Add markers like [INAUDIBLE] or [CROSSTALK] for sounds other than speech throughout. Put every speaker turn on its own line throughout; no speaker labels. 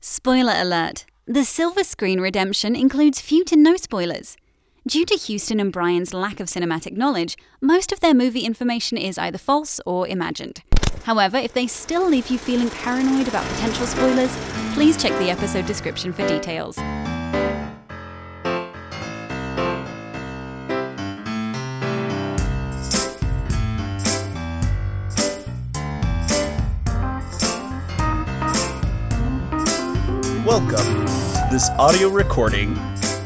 Spoiler alert the silver screen redemption includes few to no spoilers. Due to Houston and Brian's lack of cinematic knowledge, most of their movie information is either false or imagined. However, if they still leave you feeling paranoid about potential spoilers, please check the episode description for details.
Welcome to this audio recording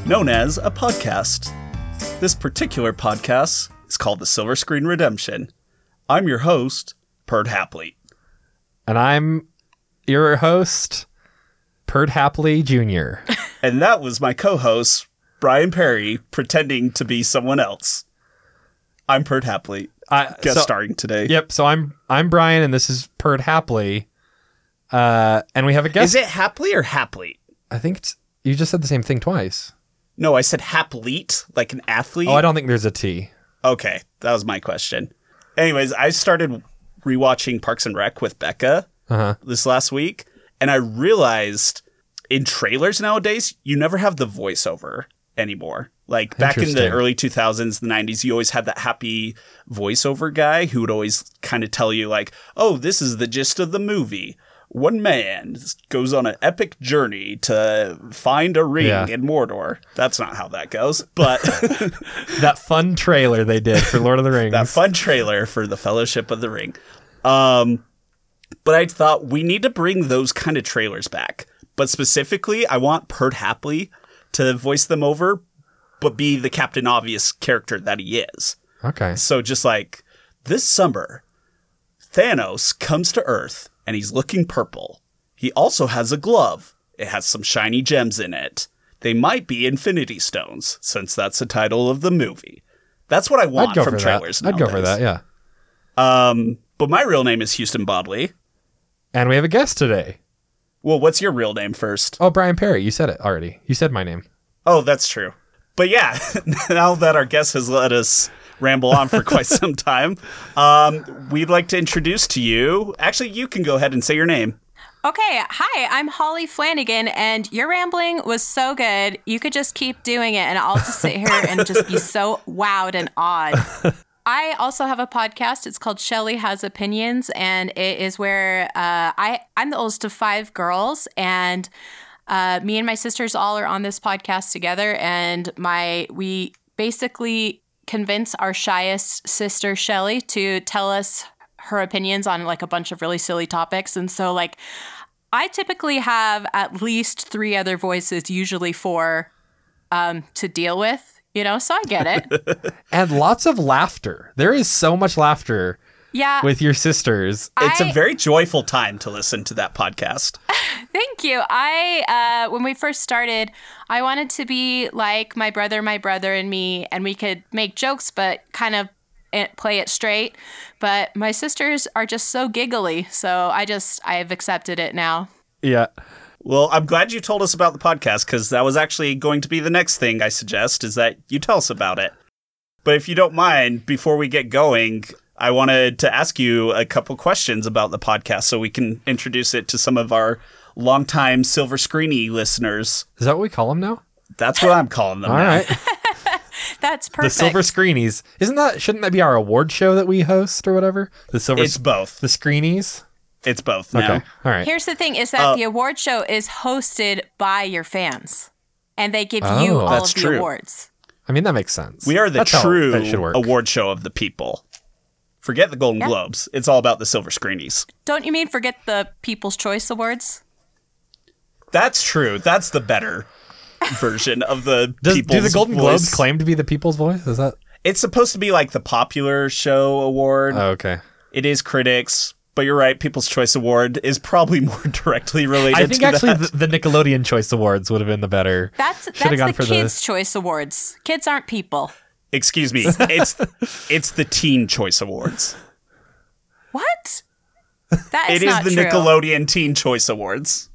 known as a podcast. This particular podcast is called The Silver Screen Redemption. I'm your host, Perd Hapley.
and I'm your host, Perd Hapley Jr.
[LAUGHS] And that was my co host, Brian Perry, pretending to be someone else. I'm Perd Hapley,
I,
guest
so-
starring today.
Yep. So I'm I'm Brian, and this is Perd Hapley. Uh, and we have a guest.
Is it Hapley or Hapley?
I think it's, you just said the same thing twice.
No, I said Haplete, like an athlete.
Oh, I don't think there's a T.
Okay, that was my question. Anyways, I started rewatching Parks and Rec with Becca
Uh-huh.
this last week, and I realized in trailers nowadays you never have the voiceover anymore. Like back in the
Interesting.
early 2000s, the 90s, you always had that happy voiceover guy who would always kind of tell you like, "Oh, this is the gist of the movie." One man goes on an epic journey to find a ring
Yeah.
in Mordor. That's not how that goes, but
[LAUGHS] That fun trailer they did for Lord
[LAUGHS]
of the Rings.
that fun trailer for the Fellowship of the Ring. Um, but I thought we need to bring those kind of trailers back. But specifically, I want Pert Hapley to voice them over, but be the Captain Obvious character that he is.
okay.
So just like this summer, Thanos comes to Earth and he's looking purple. He also has a glove. It has some shiny gems in it. They might be Infinity Stones, since that's the title of the movie. That's what I want
I'd go
from
for
trailers.
that. I'd go for
nowadays.
that. Yeah.
Um, but my real name is Houston Bodley.
And we have a guest today.
Well, what's your real name first?
Oh, Brian Perry. You said it already. You said my name.
Oh, that's true. But yeah, [LAUGHS] now that our guest has let us ramble on for quite some time, um, we'd like to introduce to you. Actually, you can go ahead and say your name.
Okay, hi, I'm Holly Flanagan, and your rambling was so good. You could just keep doing it, and I'll just sit here and just be so wowed and awed. I also have a podcast. It's called Shelly Has Opinions, and it is where uh, I I'm the oldest of five girls, and uh, me and my sisters all are on this podcast together. And my we basically convince our shyest sister Shelly to tell us her opinions on like a bunch of really silly topics, and so like. I typically have at least three other voices, usually four, um, to deal with, you know, so I get
[LAUGHS]
it.
And lots of laughter. There is so much laughter
Yeah.
with your sisters.
It's a
I-
very joyful time to listen to that podcast.
Thank you. I uh, when we first started, I wanted to be like my brother, my brother and me, and we could make jokes, but kind of eh, play it straight. But my sisters are just so giggly, so I just I've accepted it now.
Yeah.
Well, I'm glad you told us about the podcast because that was actually going to be the next thing I suggest is that you tell us about it. But if you don't mind, before we get going, I wanted to ask you a couple questions about the podcast so we can introduce it to some of our longtime silver screeny listeners.
Is that what we call them now?
That's what I'm calling them.
All
now. [LAUGHS]
right.
That's
the
perfect.
silver screenies isn't that shouldn't that be our award show that we host or whatever the silver
It's both.
the screenies
It's both now.
okay all right
Here's the thing: is
Uh,
that the award show is hosted by your fans, and they give you
Oh.
all
That's
of the
true.
awards.
i mean that makes sense
We are the
That's how
true
that should work
award show of the people. Forget the Golden Globes. It's all about the silver screenies.
Don't you mean forget the People's Choice Awards?
That's true. That's the
[LAUGHS]
better version of the
Does-
people's
do the golden
voice.
globes claim to be the people's voice is that
It's supposed to be like the popular show award.
oh, okay
it is critics, but you're right. People's Choice Award is probably [LAUGHS] more directly related.
i think
to
actually
that.
the, the nickelodeon choice awards would have been the better
That's
Should've
that's
gone
the
for the-
Kids' Choice Awards. Kids aren't people.
[LAUGHS] excuse me. It's it's the Teen Choice Awards.
What? That
[LAUGHS]
is
it is
not
the
true.
Nickelodeon Teen Choice Awards.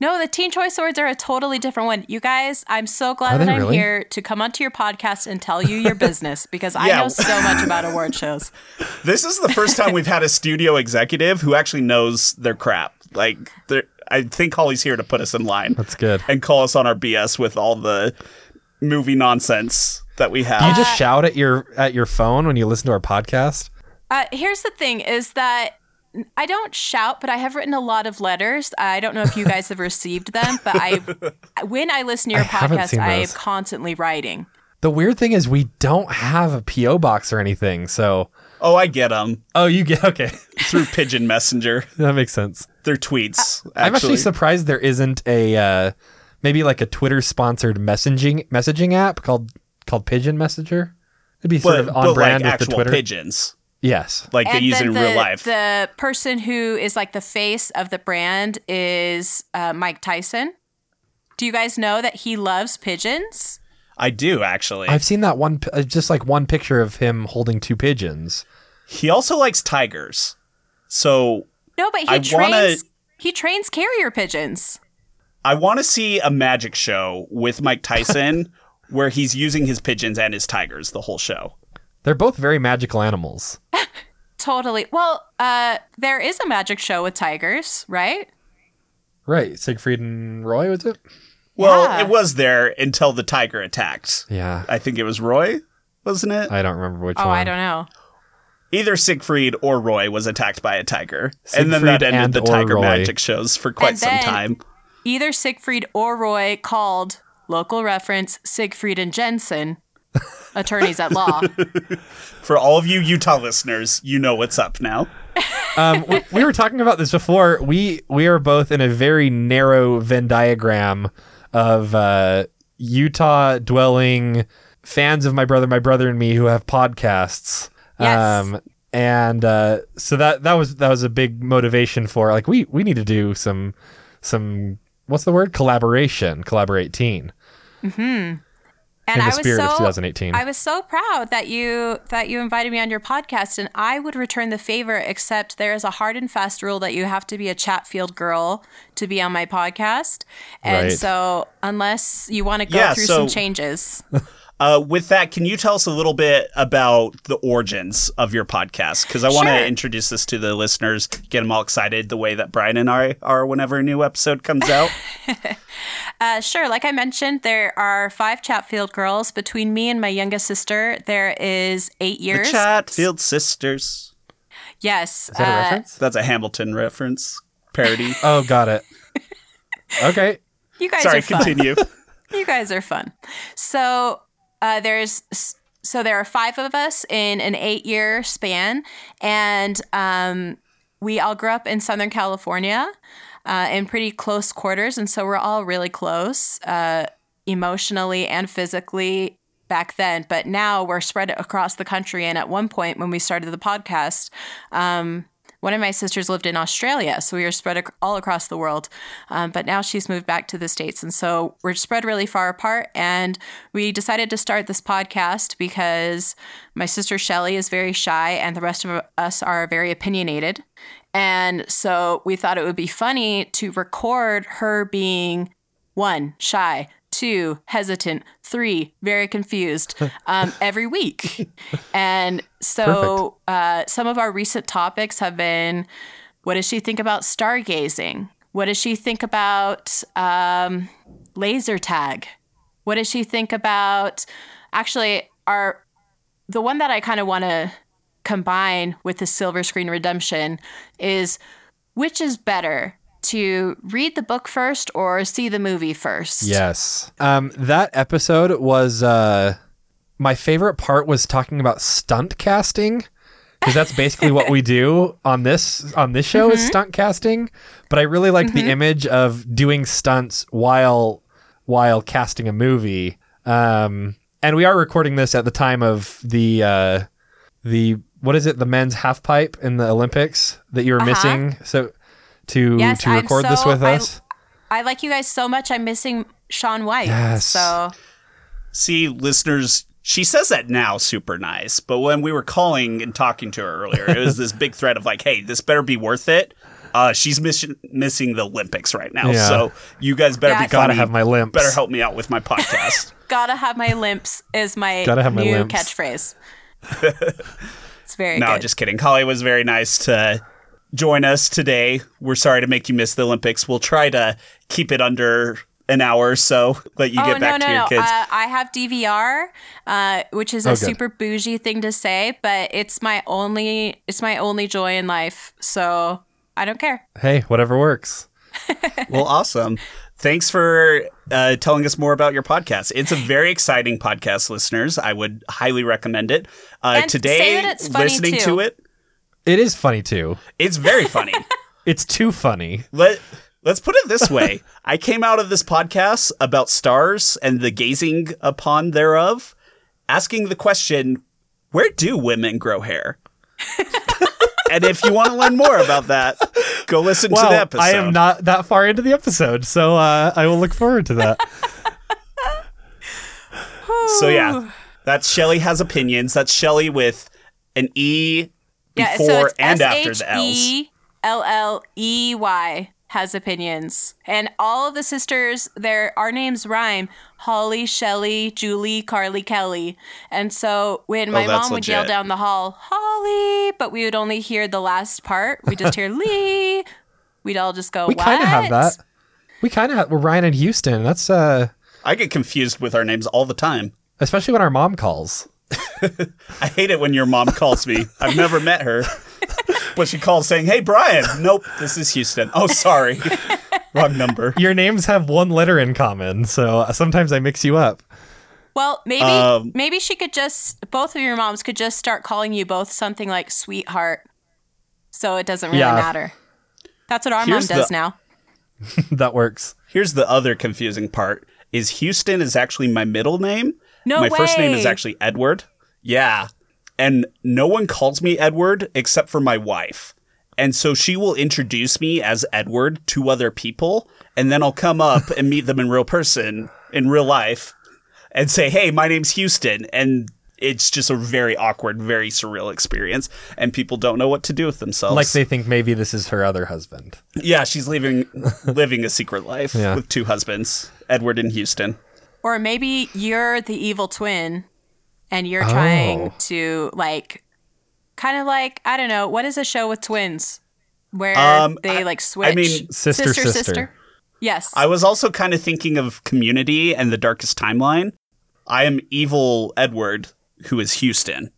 no, the Teen Choice Awards are a totally different one. You guys, I'm so glad
Are
that
they
I'm
really?
here to come onto your podcast and tell you your
[LAUGHS]
business because I
Yeah.
know so much about award shows.
This is the first time we've had a studio executive who actually knows their crap. Like they're- I think Holly's here to put us in line
That's good.
and call us on our BS with all the movie nonsense that we have.
Do you just shout at your at your phone when you listen to our podcast?
Uh, here's the thing is that I don't shout, but I have written a lot of letters. I don't know if you guys have received them,
[LAUGHS]
but I, when I listen to your
I haven't
podcast,
seen
I am
those.
constantly writing.
The weird thing is we don't have a PO box or anything. So
oh, I get them
oh, you get [LAUGHS] okay.
through Pigeon Messenger,
that makes sense.
through tweets. Actually.
I'm actually surprised there isn't a uh, maybe like a Twitter sponsored messaging messaging app called called Pigeon Messenger. It'd be sort
but,
of on
but
brand
like
with the
actual
Twitter.
pigeons,
Yes.
like they
and
use
then
in
the,
real life.
The person who is like the face of the brand is uh, Mike Tyson. Do you guys know that he loves pigeons?
I do actually.
I've seen that one, pi- uh, just like one picture of him holding two pigeons.
He also likes tigers, so
No, but he
I
trains.
wanna-
He trains carrier pigeons.
I want to see a magic show with Mike
[LAUGHS]
Tyson where he's using his pigeons and his tigers the whole show.
They're both very magical animals.
Totally. Well, uh, there is a magic show with tigers, right?
Right. Siegfried and Roy, was it?
Well,
Yeah.
it was there until the tiger attacked.
Yeah.
I think it was Roy, wasn't it?
I don't remember which one.
Oh, I don't know.
Either Siegfried or Roy was attacked by a tiger, and then
Siegfried
that ended
and
the
or
tiger
Roy.
magic shows for quite
And
some
then-
time.
Either Siegfried or Roy called local reference Siegfried
[LAUGHS]
and Jensen, attorneys at law.
For all of you Utah listeners, you know what's up now.
um, we, we were talking about this before. We we are both in a very narrow Venn diagram of uh, Utah dwelling fans of my brother, my brother and me who have podcasts. Um,
Yes.
and uh, so that that was that was a big motivation for like we we need to do some some what's the word collaboration collaborate teen
And
in
I
the
was
spirit of
so
2018.
I was so proud that you that you invited me on your podcast, and I would return the favor. Except there is a hard and fast rule that you have to be a Chatfield girl to be on my podcast, and
Right.
so unless you want to go
Yeah,
through
so-
some changes,
Uh, with that, can you tell us a little bit about the origins of your podcast? Because I want to
Sure.
introduce this to the listeners, get them all excited the way that Brian and I are whenever a new episode comes
[LAUGHS]
out.
Uh, sure. Like I mentioned, there are five Chatfield girls. Between me and my youngest sister, there is eight
the
years.
Chatfield Sisters.
Yes.
Is that a
uh,
reference?
That's a Hamilton reference parody.
Oh, got
[LAUGHS]
it. okay.
You guys
Sorry,
are fun.
continue.
You guys are fun. So uh, there's so there are five of us in an eight-year span, and um, we all grew up in Southern California, uh, in pretty close quarters, and so we're all really close, uh, emotionally and physically back then. But now we're spread across the country, and at one point when we started the podcast. Um, one of my sisters lived in Australia, so we were spread ac- all across the world. Um, but now she's moved back to the States. And so we're spread really far apart. And we decided to start this podcast because my sister Shelly is very shy and the rest of us are very opinionated. And so we thought it would be funny to record her being one, shy, two, hesitant, three, very confused um, every week. And so uh, some of our recent topics have been what does she think about stargazing? What does she think about um, laser tag? What does she think about actually our the one that I kind of want to combine with the silver screen redemption is which is better to read the book first or see the movie first?
Yes. Um, that episode was uh, my favorite part was talking about stunt casting because that's basically what we do on this on this show
Mm-hmm.
is stunt casting. But I really liked the image of doing stunts while while casting a movie. Um, and we are recording this at the time of the uh, the what is it the men's half pipe in the Olympics that you were missing. So to
Uh-huh. Yes,
to
I'm
record this
so-
with
I-
us.
I like you guys so much. I'm missing Sean White.
Yes.
So
See, listeners, she says that now super nice, but when we were calling and talking to her earlier, it was this big threat of like, hey, this better be worth it. Uh, she's miss- missing the Olympics right now,
Yeah.
so you guys better
Yeah,
be
I gotta
funny.
have my limps.
Better help me out with my
[LAUGHS]
podcast.
gotta have my limps is my
Gotta have my
new
limps. [LAUGHS]
catchphrase. it's very
no,
good.
just kidding. Holly was very nice to join us today. We're sorry to make you miss the Olympics. We'll try to keep it under an hour or so, let you
oh
get back to
no, no,
your
no!
kids.
Uh, I have DVR, uh, which is a
Oh, good.
super bougie thing to say, but it's my only it's my only joy in life. So I don't care.
Hey, whatever works.
well, awesome. Thanks for uh, telling us more about your podcast. It's a very exciting podcast, listeners. I would highly recommend it. Uh,
And
today,
say that it's funny,
listening
too.
to it,
It is funny too.
it's very
[LAUGHS]
funny.
It's too funny.
Let Let's put it this way: I came out of this podcast about stars and the gazing upon thereof, asking the question, "Where do women grow
[LAUGHS]
hair?" and if you want to learn more about that, go listen to
Wow,
the episode.
I am not that far into the episode, so uh, I will look forward to [LAUGHS] that.
So yeah, that's Shelly has opinions. That's Shelly with an E before
so it's E
and after the L's.
S-H-E L L E Y has opinions, and all of the sisters, their our names rhyme: Holly, Shelley, Julie, Carly, Kelly. And so when my
Oh, that's
mom would yell
legit.
down the hall, Holly, but we would only hear the last part. We just hear [LAUGHS] Lee. We'd all just go.
We kind of have
"What?"
that. We kind of have. We're Ryan and Houston. That's uh,
I get confused with our names all the time.
especially when our mom calls.
I hate it when your mom calls me. I've never met her, [LAUGHS] but she calls saying, "Hey, Brian." Nope, this is Houston. Oh, sorry, [LAUGHS] wrong number.
Your names have one letter in common, so uh, sometimes I mix you up. [LAUGHS]
Well, maybe
Um,
maybe she could just both of your moms could just start calling you both something like sweetheart. So it doesn't really
Yeah.
matter. That's what our
Here's
mom does
the-
now.
that works.
Here's the other confusing part: is Houston is actually my middle name.
No
my first name is
way.
actually Edward. Yeah, and no one calls me Edward except for my wife, and so she will introduce me as Edward to other people, and then I'll come up and meet them in real person in real life, and say, "Hey, my name's Houston," and it's just a very awkward, very surreal experience, and people don't know what to do with themselves.
Like they think maybe this is her other husband.
yeah, she's leaving, living a secret life
Yeah.
with two husbands, Edward and Houston.
Or maybe you're the evil twin and you're trying
Oh.
to like kind of like I don't know, what is a show with twins where
Um,
they
I-
like switch
I mean,
Sister, sister.
Yes.
I was also kind of thinking of Community and the Darkest Timeline. I am evil Edward, who is Houston.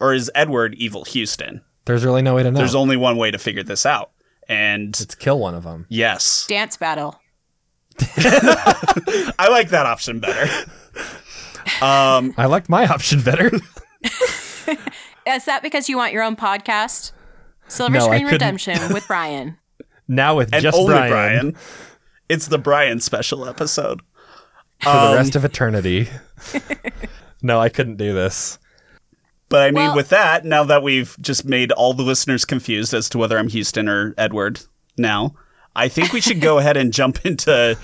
Or is Edward evil Houston?
There's really no way to know.
There's only one way to figure this out. And
It's kill one of them.
yes,
Dance battle.
I like that option better.
[LAUGHS]
Um,
I liked my [LAUGHS] option better.
Is that because you want your own podcast? Silver
No, I
Screen
couldn't.
Redemption with Brian.
now with
and
just
only
Brian,
Brian. It's the Brian special episode.
for the rest
Um,
of eternity. [LAUGHS] no, I couldn't do this.
But I mean,
Well-
with that, now that we've just made all the listeners confused as to whether I'm Houston or Edward now, I think we should go ahead and jump into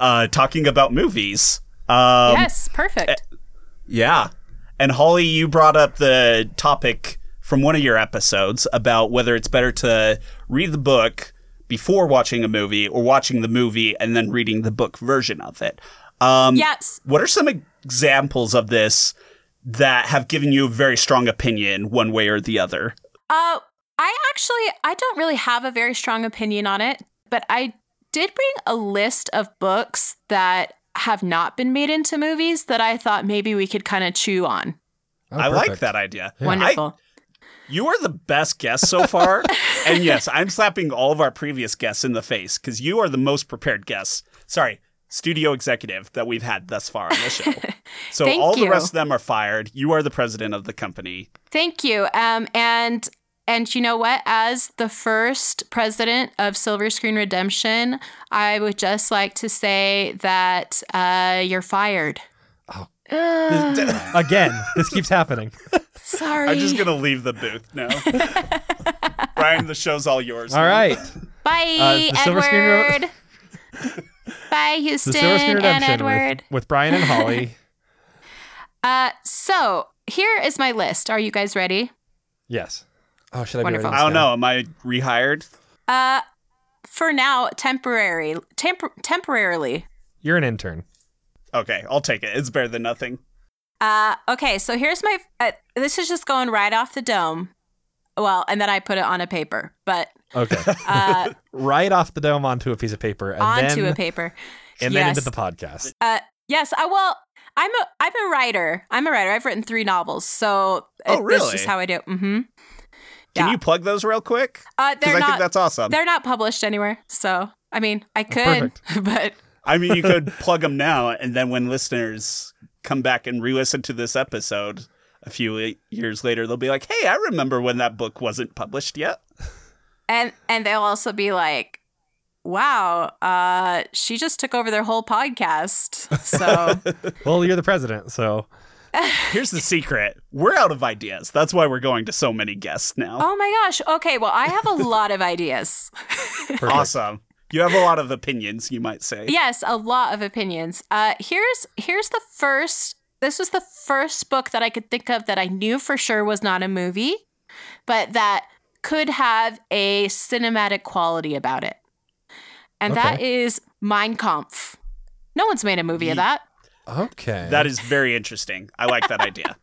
uh, talking about movies. Um,
yes, perfect.
Yeah. And Holly, you brought up the topic from one of your episodes about whether it's better to read the book before watching a movie or watching the movie and then reading the book version of it. Um,
Yes.
What are some examples of this that have given you a very strong opinion one way or the other?
Uh, I actually I don't really have a very strong opinion on it, but I did bring a list of books that have not been made into movies that I thought maybe we could kind of chew on.
Oh,
I like
perfect.
that idea. I-
Wonderful.
you are the best guest so far. [LAUGHS] and yes, I'm slapping all of our previous guests in the face because you are the most prepared guest. Sorry, studio executive that we've had thus far on the
[LAUGHS]
show. So
Thank
all the
you.
rest of them are fired. You are the president of the company.
Thank you. Um, and and you know what? As the first president of Silver Screen Redemption, I would just like to say that uh, you're fired. Oh.
Again, this keeps happening.
sorry.
I'm just going to leave the booth
[LAUGHS]
now. Brian, the show's all yours.
[LAUGHS] All right.
Bye,
Uh, the Silver Screen Re- [LAUGHS]
Edward. Bye, Houston
The Silver Screen
and
Redemption
Edward.
with, with Brian and Holly.
[LAUGHS] Uh, so here is my list. Are you guys ready?
yes. Oh, should I
Wonderful.
be
I don't know. Am I rehired?
Uh, for now, temporary, tempor- temporarily.
You're an intern.
Okay, I'll take it. It's better than nothing.
Uh, okay. So here's my. Uh, this is just going right off the dome. Well, and then I put it on a paper, but
Okay.
[LAUGHS] uh,
[LAUGHS] right off the dome onto a piece of paper and
onto
then
a paper.
[LAUGHS] and
yes.
then into the podcast.
Uh, yes, I well, I'm a I'm a writer. I'm a writer. I've written three novels, so
Oh,
it-
really?
That's just how I do. it. Mm-hmm.
Can
Yeah.
you plug those real quick?
Uh,
Because I
they're not
think that's awesome.
they're not published anywhere. So I mean, I could,
Oh,
[LAUGHS]
perfect.
but
I mean, you could plug them now, and then when listeners come back and re-listen to this episode a few e- years later, they'll be like, "Hey, I remember when that book wasn't published yet."
and and they'll also be like, "Wow, uh, she just took over their whole podcast." So
Well, you're the president, so
[LAUGHS] Here's the secret: we're out of ideas. That's why we're going to so many guests now.
oh my gosh. Okay, well, I have a lot of ideas.
perfect.
awesome. You have a lot of opinions, you might say.
Yes, a lot of opinions. Uh, here's here's the first. This was the first book that I could think of that I knew for sure was not a movie, but that could have a cinematic quality about it, and that is Mein Kampf. No one's made a movie of that.
Okay.
That is very interesting. I like that idea.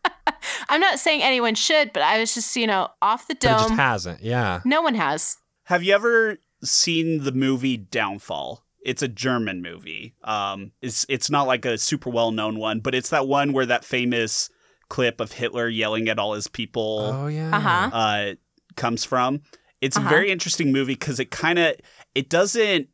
I'm not saying anyone should, but I was just you know off the
but it just
dome.
hasn't. Yeah.
no one has.
Have you ever seen the movie Downfall? It's a German movie. Um, it's it's not like a super well known one, but it's that one where that famous clip of Hitler yelling at all his people
Oh yeah.
Uh-huh.
uh, comes from. It's
Uh-huh.
a very interesting movie because it kind of it doesn't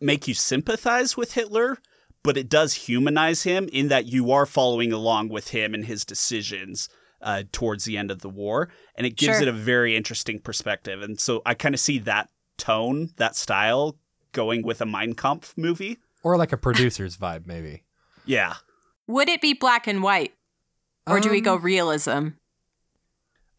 make you sympathize with Hitler, but it does humanize him in that you are following along with him and his decisions uh, towards the end of the war, and it gives
Sure.
it a very interesting perspective. And so I kind of see that tone, that style, going with a Mein Kampf movie.
Or like a producer's vibe, maybe.
Yeah,
Would it be black and white, or do we
Um,
go realism?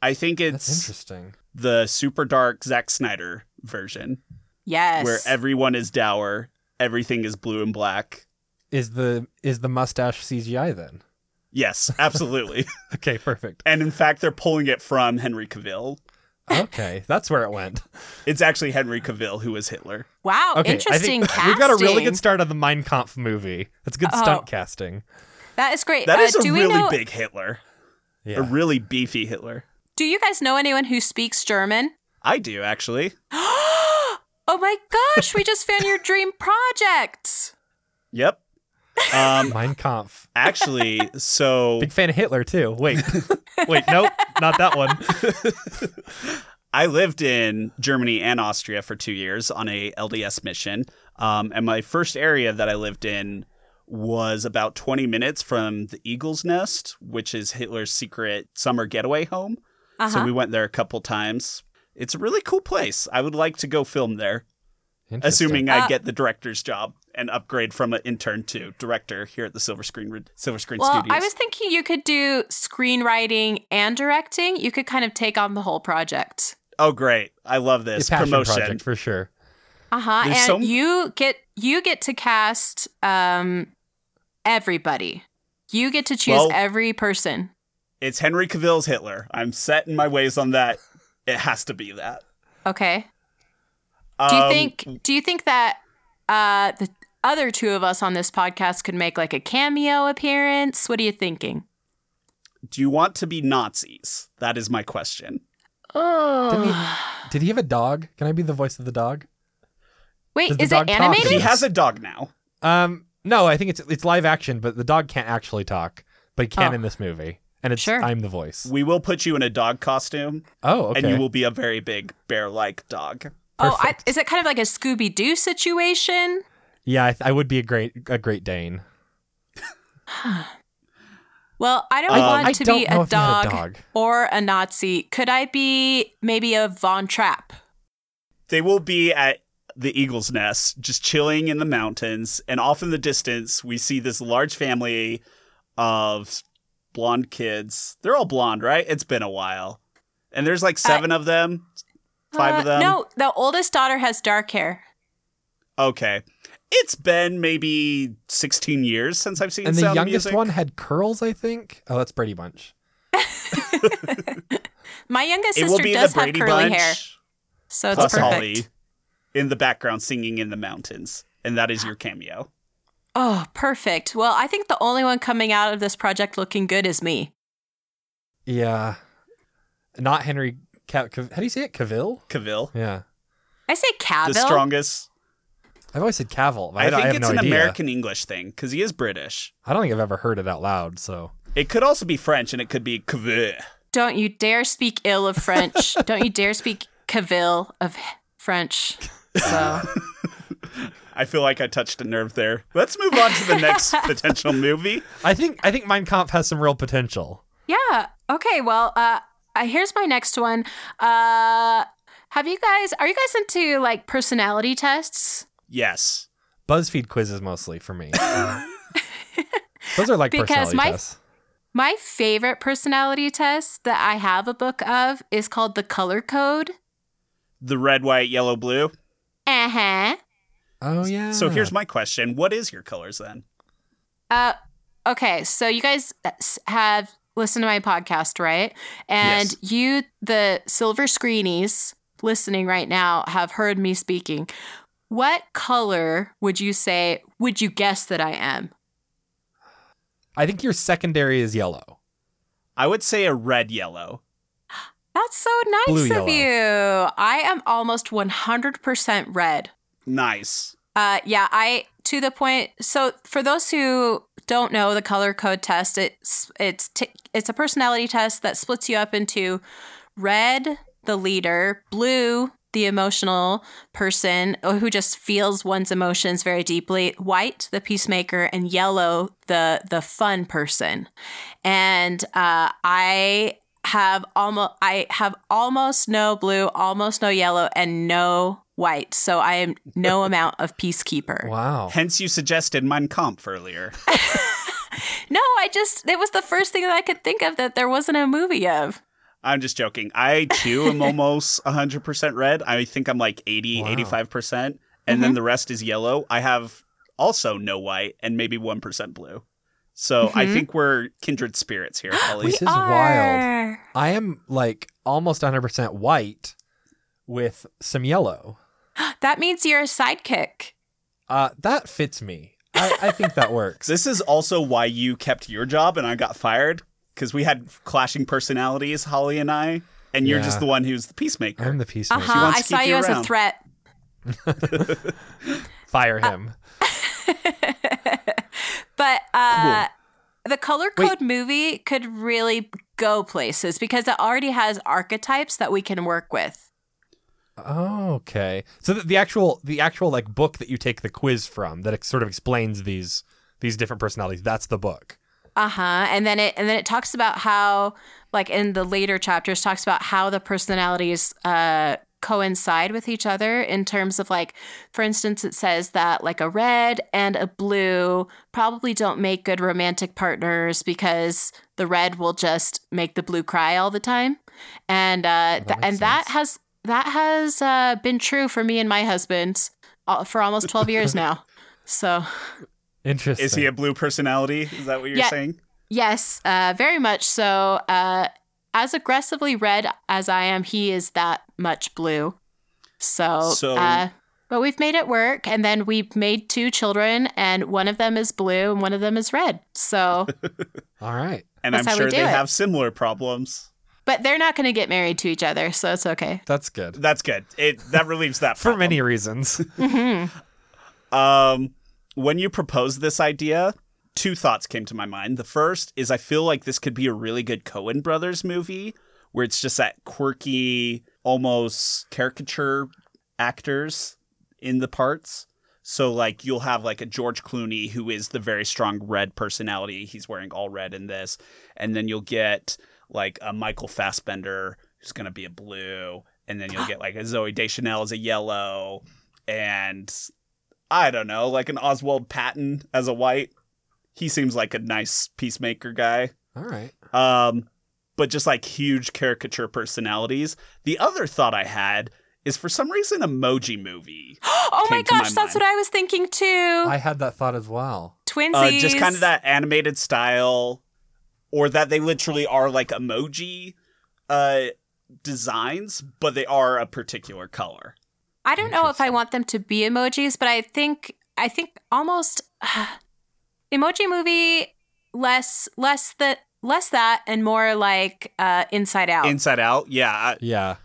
I think
That's
it's
interesting.
the super dark Zack Snyder version
Yes.
where everyone is dour, everything is blue and black.
Is the is the mustache CGI then? [LAUGHS]
Yes, absolutely.
Okay, perfect.
and in fact, they're pulling it from Henry Cavill.
Okay, that's where it went.
It's actually Henry Cavill who is Hitler.
wow,
Okay, I think
Oh, interesting
[LAUGHS]
casting.
We've got a really good start on the Mein Kampf movie. That's good
Oh.
stunt casting.
That is great.
That is
uh,
a
do
really
we know,
big Hitler,
Yeah.
a really beefy Hitler.
Do you guys know anyone who speaks German?
I do actually.
oh my gosh, we just found your dream
[LAUGHS]
project. [LAUGHS]
Yep. Um,
mein Kampf.
actually, so
Big fan of Hitler too. Wait, [LAUGHS] wait, nope, not that one.
I lived in Germany and Austria for two years on a LDS mission, um, and my first area that I lived in was about 20 minutes from the Eagle's Nest, which is Hitler's secret summer getaway home.
Uh-huh.
So we went there a couple times. It's a really cool place. I would like to go film there, [LAUGHS]
Interesting.
assuming
Uh,
I get the director's job and upgrade from an intern to director here at the Silver Screen Re- Silver Screen
well,
Studios.
I was thinking you could do screenwriting and directing. You could kind of take on the whole project.
oh, great! I love
A
this
passion
promotion.
project for sure.
Uh-huh.
There's
and
some-
you get you get to cast um everybody. You get to choose
Well-
every person.
It's Henry Cavill's Hitler. I'm set in my ways on that. It has to be that.
Okay. Do you
Um,
think do you think that uh the other two of us on this podcast could make like a cameo appearance? What are you thinking?
Do you want to be Nazis? That is my question.
Didn't
Oh.
he- did he have a dog? Can I be the voice of the dog?
Wait,
Does the
is it
dog talk?
He
animated?
Yes.
has a dog now.
Um, no, I think it's it's live action, but the dog can't actually talk, but he can
Oh.
in this movie, and it's
Sure.
I'm the voice.
We will put you in a dog costume,
Oh, okay.
and you will be a very big bear-like dog.
Oh, I,
Perfect.
is it kind of like a Scooby Doo situation?
yeah, I, th- I would be a great a Great Dane.
Well, I don't
I-
want
Um, I
to
don't
be
know if
a
you had
dog,
a dog.
or a Nazi. Could I be maybe a Von Trapp?
They will be at the Eagle's Nest, just chilling in the mountains, and off in the distance, we see this large family of blonde kids. They're all blonde, right? It's been a while, and there's like seven of them, five of
Uh,
them.
No, the oldest daughter has dark hair.
Okay. It's been maybe 16 years since I've seen
And the
Sound of
youngest
Music.
one had curls, I think. Oh, that's Brady Bunch.
My youngest
It will
sister
be
does
the
have
Brady
curly
Bunch
hair, so it's
plus
perfect.
Holly in the background singing in the mountains. And that is your cameo.
Oh, perfect. Well, I think the only one coming out of this project looking good is me.
Yeah, not Henry. Ca- Cav- How do you say it? Cavill.
Cavill.
Yeah.
I say Cavill.
the strongest.
I've always said Cavill. but I,
I,
don't-
think
I have
it's
no
an
idea.
American English thing because he is British.
I don't think I've ever heard it out loud. So
It could also be French, and it could be Kveh.
Don't you dare speak ill
[LAUGHS]
of French. Don't you dare speak Cavill of French. So
[LAUGHS] I feel like I touched a nerve there. Let's move on to the next potential movie.
I think I think Mein Kampf has some real potential.
yeah. Okay. Well, uh, uh, here's my next one. Uh, have you guys? Are you guys into like personality tests?
Yes.
BuzzFeed quizzes mostly
[LAUGHS]
for me. Those are like
Because
personality
my-
tests.
My favorite personality test that I have a book of is called The Color Code.
The red, white, yellow, blue.
Uh huh.
Oh yeah.
So here's my question What is your colors then?
Uh, okay, so you guys s- have listened to my podcast, right? And you, the silver screenies listening right now, have heard me speaking. What color would you say, would you guess that I am?
I think your secondary is yellow.
I would say a red, yellow.
That's so nice
Blue
of
yellow.
you. I am almost 100% red.
Nice.
Uh, yeah, I to the point. So for those who don't know the color code test, it's it's t- it's a personality test that splits you up into red, the leader, blue, the emotional person uh, who just feels one's emotions very deeply, white, the peacemaker, and yellow, the the fun person. And uh, I have almost I have almost no blue, almost no yellow, and no white. So I am
[LAUGHS]
no amount of peacekeeper.
Wow.
Hence, you suggested Mein Kampf earlier.
No, I just it was the first thing that I could think of that there wasn't a movie of.
I'm just joking. I too am almost 100% red. I think I'm like 80,
Wow.
85%. And then the rest is yellow. I have also no white and maybe 1% blue. So I
Mhm.
think we're kindred spirits here, Holly.
This is wild. I am like almost 100% white with some yellow.
That means you're a sidekick.
Uh, that fits me. I, I think that works.
This is also why you kept your job and I got fired because we had clashing personalities, Holly and I, and you're
Yeah.
just the one who's the peacemaker.
I'm the peacemaker.
Uh huh.
wants
I
to
saw
keep
you,
you
as a
around.
threat. [LAUGHS]
Fire
Uh,
him.
But uh, the color
Wait.
code movie could really go places because it already has archetypes that we can work with.
Oh, okay. So the, the actual the actual like book that you take the quiz from that ex- sort of explains these these different personalities. That's the book.
Uh-huh. And then it and then it talks about how like in the later chapters talks about how the personalities uh coincide with each other in terms of like for instance it says that like a red and a blue probably don't make good romantic partners because the red will just make the blue cry all the time. And
Oh,
uh
that
th-
makes
and that
sense.
has that has uh been true for me and my husband uh, for almost 12 years now. So
Interesting.
Is he a blue personality? Is that what you're
Yeah.
saying?
Yes, uh, very much so. Uh, as aggressively red as I am, he is that much blue. So,
So-
uh, but we've made it work, and then we made two children, and one of them is blue, and one of them is red.
[LAUGHS]
So,
All right.
And
That's
I'm
how we
sure
do
they
it.
have similar problems.
but they're not going to get married to each other, so
[LAUGHS]
it's okay. [GASPS]
That's good.
That's good. It that relieves that
[LAUGHS] For
problem.
many reasons.
Mhm.
Um, when you proposed this idea, two thoughts came to my mind. The first is I feel like this could be a really good Cohen Brothers movie where it's just that quirky, almost caricature actors in the parts. So like you'll have like a George Clooney who is the very strong red personality. He's wearing all red in this, and then you'll get like a Michael Fassbender who's gonna be a blue, and then you'll get like a Zoe Deschanel as a yellow, and I don't know, like an Oswald Patton as a white. He seems like a nice peacemaker guy.
[LAUGHS] All right.
Um, but just like huge caricature personalities. The other thought I had is for some reason emoji movie.
oh my
Came to my
gosh, that's
mind.
what I was thinking too.
I had that thought as well.
Twinsies.
Uh, just kind of that animated style, or that they literally are like emoji uh, designs, but they are a particular color.
I don't know if I
Interesting.
want them to be emojis, but I think I think almost [SIGHS] emoji movie less less that less that and more like uh, Inside Out.
Inside Out, yeah. I-
Yeah.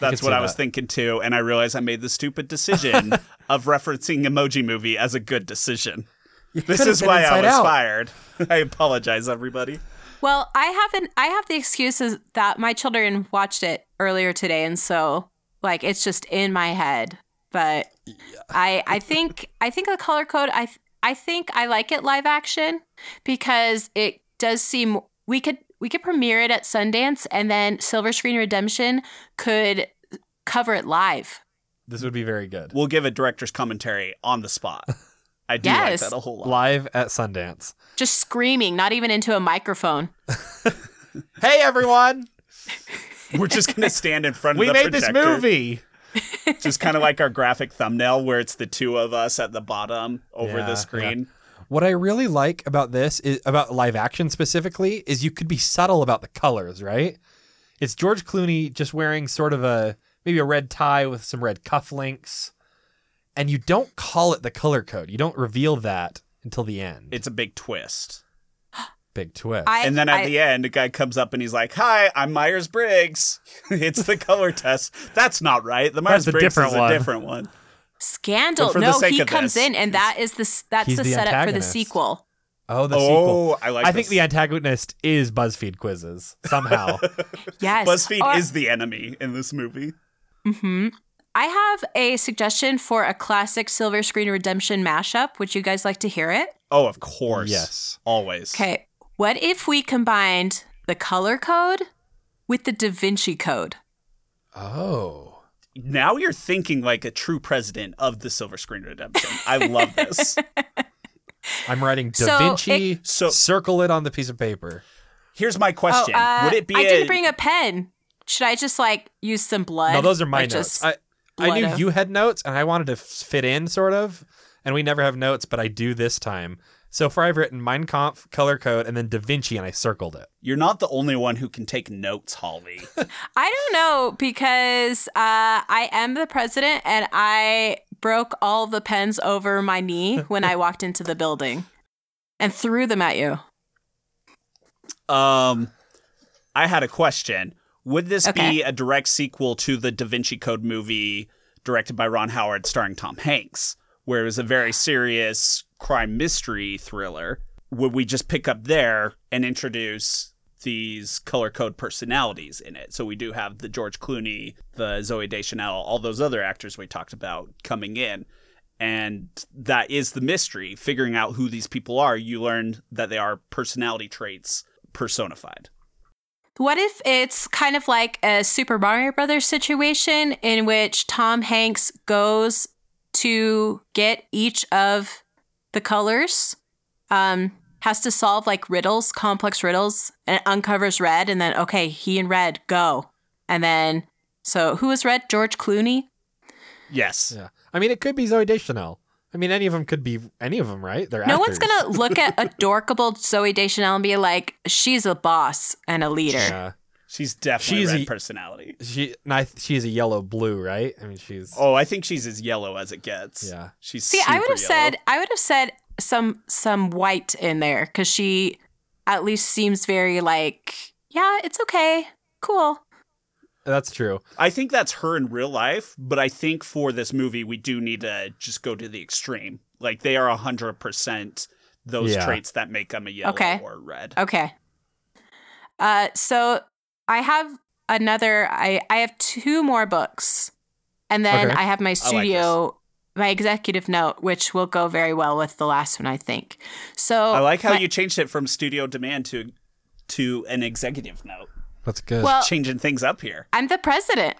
That's
could
what
see
I was
that.
thinking too, and I realized I made the stupid
[LAUGHS]
decision of referencing Emoji Movie as a good decision. This
could've
is
been
why I
Inside
was
Out.
fired. [LAUGHS] I apologize, everybody.
Well, I haven't. I have the excuses that my children watched it earlier today, and so like it's just in my head. But I,
[LAUGHS]
I think, I think the color code. I, th- I think I like it live action because it does seem we could we could premiere it at Sundance, and then Silver Screen Redemption could cover it live.
This would be very good.
We'll give a director's commentary on the spot. I do
Yes.
like that a whole lot.
Live at Sundance.
Just screaming, not even into a microphone.
Hey everyone,
We're just gonna stand in
[LAUGHS]
front of
we
the
made this
projector,
movie.
[LAUGHS] Just kind of like our graphic thumbnail where it's the two of us at the bottom over
Yeah,
the screen.
What I really like about this is about live action specifically is you could be subtle about the colors, right? It's George Clooney just wearing sort of a maybe a red tie with some red cufflinks, and you don't call it the color code. You don't reveal that until the end.
It's a big twist.
Big twist.
I,
And then at
I-
the end, a guy comes up and he's like, "Hi, I'm Myers Briggs. [LAUGHS] it's the color test. That's not right. The Myers
That's a
Briggs
different
is a
one."
different one.
scandal.
But for the
No,
sake
he
of
comes
this,
in, and that is the s- that's
he's
the,
the
setup for the
antagonist.
sequel.
oh, [LAUGHS] the
oh,
sequel.
I like.
I
this.
think the antagonist is BuzzFeed quizzes
[LAUGHS]
somehow.
Yes,
BuzzFeed
Or-
is the enemy in this movie.
Mhm. I have a suggestion for a classic Silver Screen Redemption mashup. Would you guys like to hear it?
Oh, of course.
yes.
Always.
Okay. What if we combined the color code with the Da Vinci code?
Oh.
Now you're thinking like a true president of the Silver Screen Redemption. I love
[LAUGHS]
this.
I'm writing Da
So
Vinci.
So-
circle it on the piece of paper.
Here's my question:
uh,
Would it be?
I
a-
didn't bring a pen. Should I just like use some blood?
No, those are my
Or just-
notes. I, I
blood
knew
of-
you had notes, and I wanted to f- fit in sort of. And we never have notes, but I do this time. So far, I've written Mein Kampf, color code, and then Da Vinci, and I circled it.
You're not the only one who can take notes, Holly.
I don't know because uh, I am the president and I broke all the pens over my knee when I walked into the building and threw them at you.
Um, I had a question. Would this
Okay.
be a direct sequel to the Da Vinci Code movie directed by Ron Howard, starring Tom Hanks, where it was a very serious crime mystery thriller? Would we just pick up there and introduce these color code personalities in it? So we do have the George Clooney, the Zoe Deschanel, all those other actors we talked about coming in and that is the mystery figuring out who these people are you learn that they are personality traits personified
What if it's kind of like a Super Mario Brothers situation in which Tom Hanks goes to get each of the colors, um, has to solve like riddles, complex riddles, and uncovers red, and then okay, he and red go, and then so who is red? George Clooney.
yes
Yeah. I mean, it could be Zoe Deschanel. I mean, any of them could be any of them, right? They're
No one's
actors.
gonna
[LAUGHS]
look at a dorkable Zoe Deschanel and be like, she's a boss and a leader.
Yeah.
she's definitely
She's
red
a-
personality
She, and I, she's a yellow blue, right? I mean, she's.
oh i think she's as yellow as it gets
Yeah.
she's
See, I would
super
have
yellow.
said I would have said some some white in there because she at least seems very like yeah, it's okay, cool.
That's true.
i think that's her in real life but i think for this movie we do need to just go to the extreme like they are 100% those
Yeah.
traits that make them a yellow
Okay.
or red
Okay. Uh, so I have another. I I have two more books, and then
Okay.
I have my
this.
studio, my executive note, which will go very well with the last one, I think. So
i like how
Oh, my-
you changed it from studio demand to to an executive note
That's good.
Well-
changing things up here
I'm the president.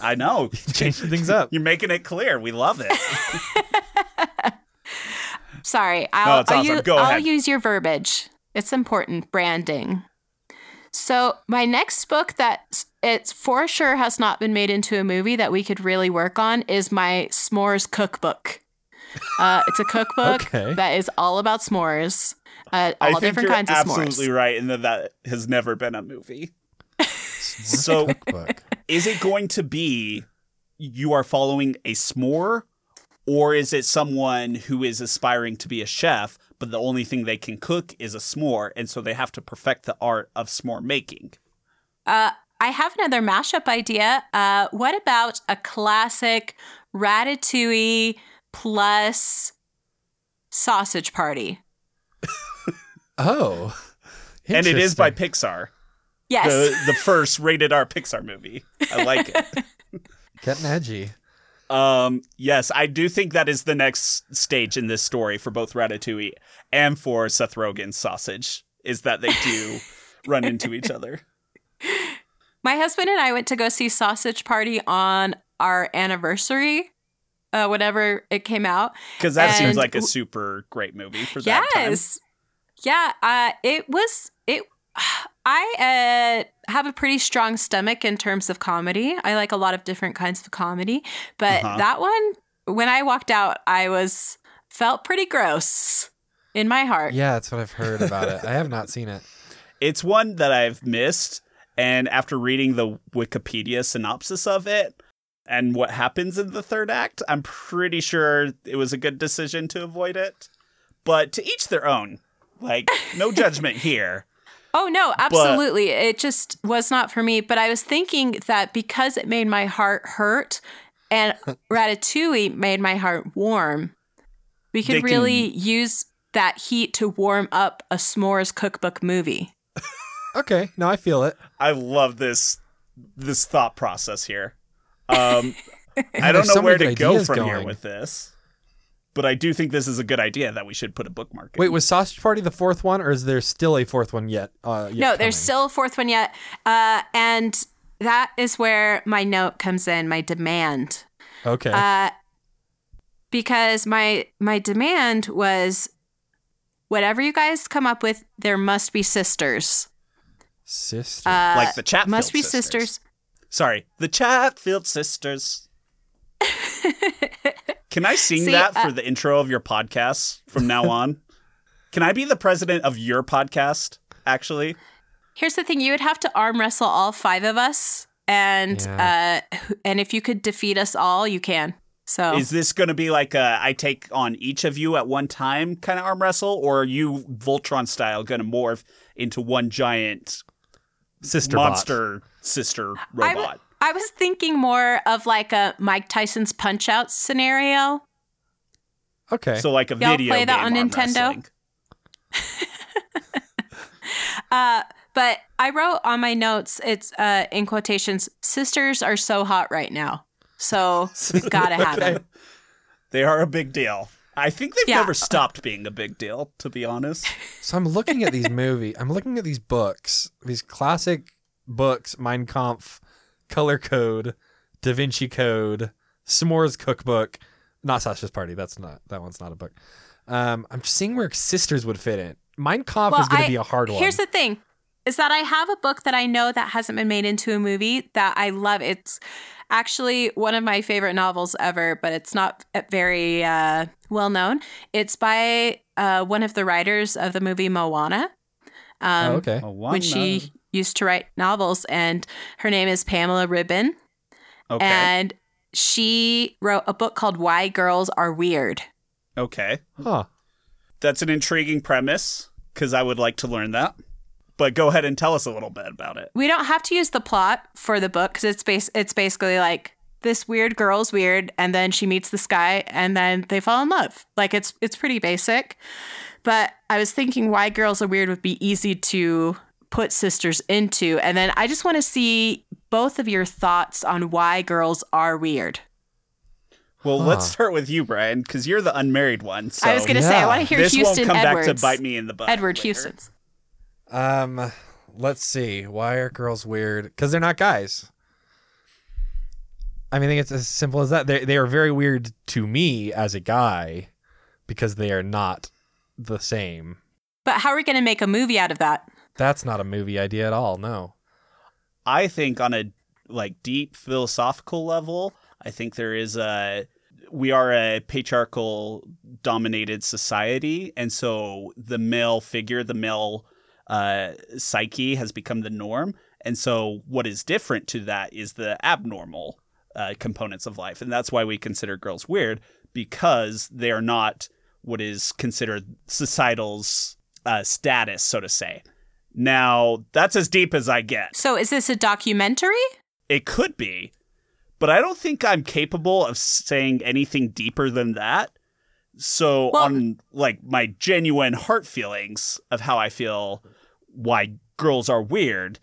i
[LAUGHS]
know
[LAUGHS] Changing things up.
[LAUGHS] You're making it clear. We love
[LAUGHS]
it.
Sorry, I'll,
it's
I'll
awesome.
u-
Go
I'll
ahead.
use your verbiage. It's important branding. So my next book that s- it's for sure has not been made into a movie that we could really work on is my s'mores cookbook. Uh, it's a cookbook
[LAUGHS]
Okay.
that is all about s'mores, uh, all different kinds of s'mores.
absolutely right, and that that has never been a movie. So-
Cookbook.
Is it going to be you are following a s'more, or is it someone who is aspiring to be a chef, but the only thing they can cook is a s'more, and so they have to perfect the art of s'more making?
Uh, I have another mashup idea. Uh, what about a classic ratatouille plus sausage party?
[LAUGHS] Oh.
and it is by
Interesting.
Pixar.
Yes.
The the first rated R Pixar movie. I like it.
Getting edgy.
Um, yes, I do think that is the next stage in this story for both Ratatouille and for Seth Rogen's sausage is that they
[LAUGHS]
do run into each other.
My husband and I went to go see Sausage Party on our anniversary, uh, whenever it came out.
Because that seems
And
like a
w-
super great movie for that time.
Yes. Yeah. Uh, it was, it, [SIGHS] I uh, have a pretty strong stomach in terms of comedy. I like a lot of different kinds of comedy, but
Uh-huh.
that one, when I walked out, I was, felt pretty gross in my heart.
Yeah, that's what I've heard about it. I have not seen it.
It's one that I've missed, and after reading the Wikipedia synopsis of it and what happens in the third act, I'm pretty sure it was a good decision to avoid it. But to each their own. Like, no judgment here.
Oh no, absolutely. it just was not for me, but I was thinking that because it made my heart hurt
[LAUGHS]
and ratatouille made my heart warm. We could
They can-
really use that heat to warm up a s'mores cookbook movie.
Okay, no, I feel it.
I love this this thought process here.
[LAUGHS]
Um, I don't
there's
know
so many
where to
good
go
ideas
from here
going.
with this, but I do think this is a good idea that we should put a bookmark. in.
Wait, was Sausage Party the fourth one, or is there still a fourth one yet? Uh, yet
no,
coming?
there's still a fourth one yet. Uh, and that is where my note comes in, my demand.
Okay.
Uh, because my my demand was whatever you guys come up with, there must be sisters.
Sister.
Uh,
like the Chatfield
must be sisters.
Sorry, the Chatfield
[LAUGHS]
sisters. Can I sing
See,
that
uh,
for the intro of your podcast from
[LAUGHS]
now on? Can I be the president of your podcast? Actually,
Here's the thing: you would have to arm wrestle all five of us, and
Yeah.
uh, who- and if you could defeat us all, you can. So
is this going to be like a I take on each of you at one time kind of arm wrestle, or are you Voltron style going to morph into one giant
sister bot.
monster sister
I wa-
robot?
I was thinking more of like a Mike Tyson's Punch Out scenario.
Okay.
So like a
Y'all
video
play that
game
on
arm
Nintendo?
wrestling.
Uh, but I wrote on my notes, it's uh, in quotations, sisters are so hot right now. So gotta have
Okay.
it.
They are a big deal. I think they've
Yeah.
never stopped being a big deal, to be honest.
So I'm looking at these movie. I'm looking at these books, these classic books: Mein Kampf, Color Code, Da Vinci Code, S'mores Cookbook. Not Sasha's Party. That's not that one's not a book. Um, I'm seeing where sisters would fit in. Mein Kampf is going
I-
to be a hard one.
Here's the thing is that I have a book that I know that hasn't been made into a movie that I love. It's actually one of my favorite novels ever, but it's not very uh, well known. It's by uh, one of the writers of the movie Moana. Um,
oh, okay.
When she used to write novels, and her name is Pamela Ribbon.
okay,
And she wrote a book called Why Girls Are Weird.
okay,
Huh.
that's an intriguing premise because I would like to learn that. But go ahead and tell us a little bit about it.
We don't have to use the plot for the book because it's bas- it's basically like this weird girl's weird, and then she meets this guy, and then they fall in love. Like it's it's pretty basic. But I was thinking why girls are weird would be easy to put sisters into, and then I just want to see both of your thoughts on why girls are weird.
Well, let's
Huh.
start with you, Brian, because you're the unmarried one. So
I was gonna say I
yeah.
want to hear
this won't
Houston
come
Edwards.
back to bite me in the butt.
Edward
later.
Houston's.
Um, let's see. Why are girls weird? Because they're not guys. I mean, I think it's as simple as that. They they are very weird to me as a guy, because they are not the same.
But how are we going to make a movie out of that?
That's not a movie idea at all. No.
I think on a like deep philosophical level, I think there is a we are a patriarchal dominated society, and so the male figure, the male uh, psyche, has become the norm. And so, what is different to that is the abnormal uh, components of life, and that's why we consider girls weird because they are not what is considered societal's uh, status, so to say Now, that's as deep as I get.
So is this a documentary?
It could be, but I don't think I'm capable of saying anything deeper than that. So
Well-
on like my genuine heart feelings of how I feel why girls are weird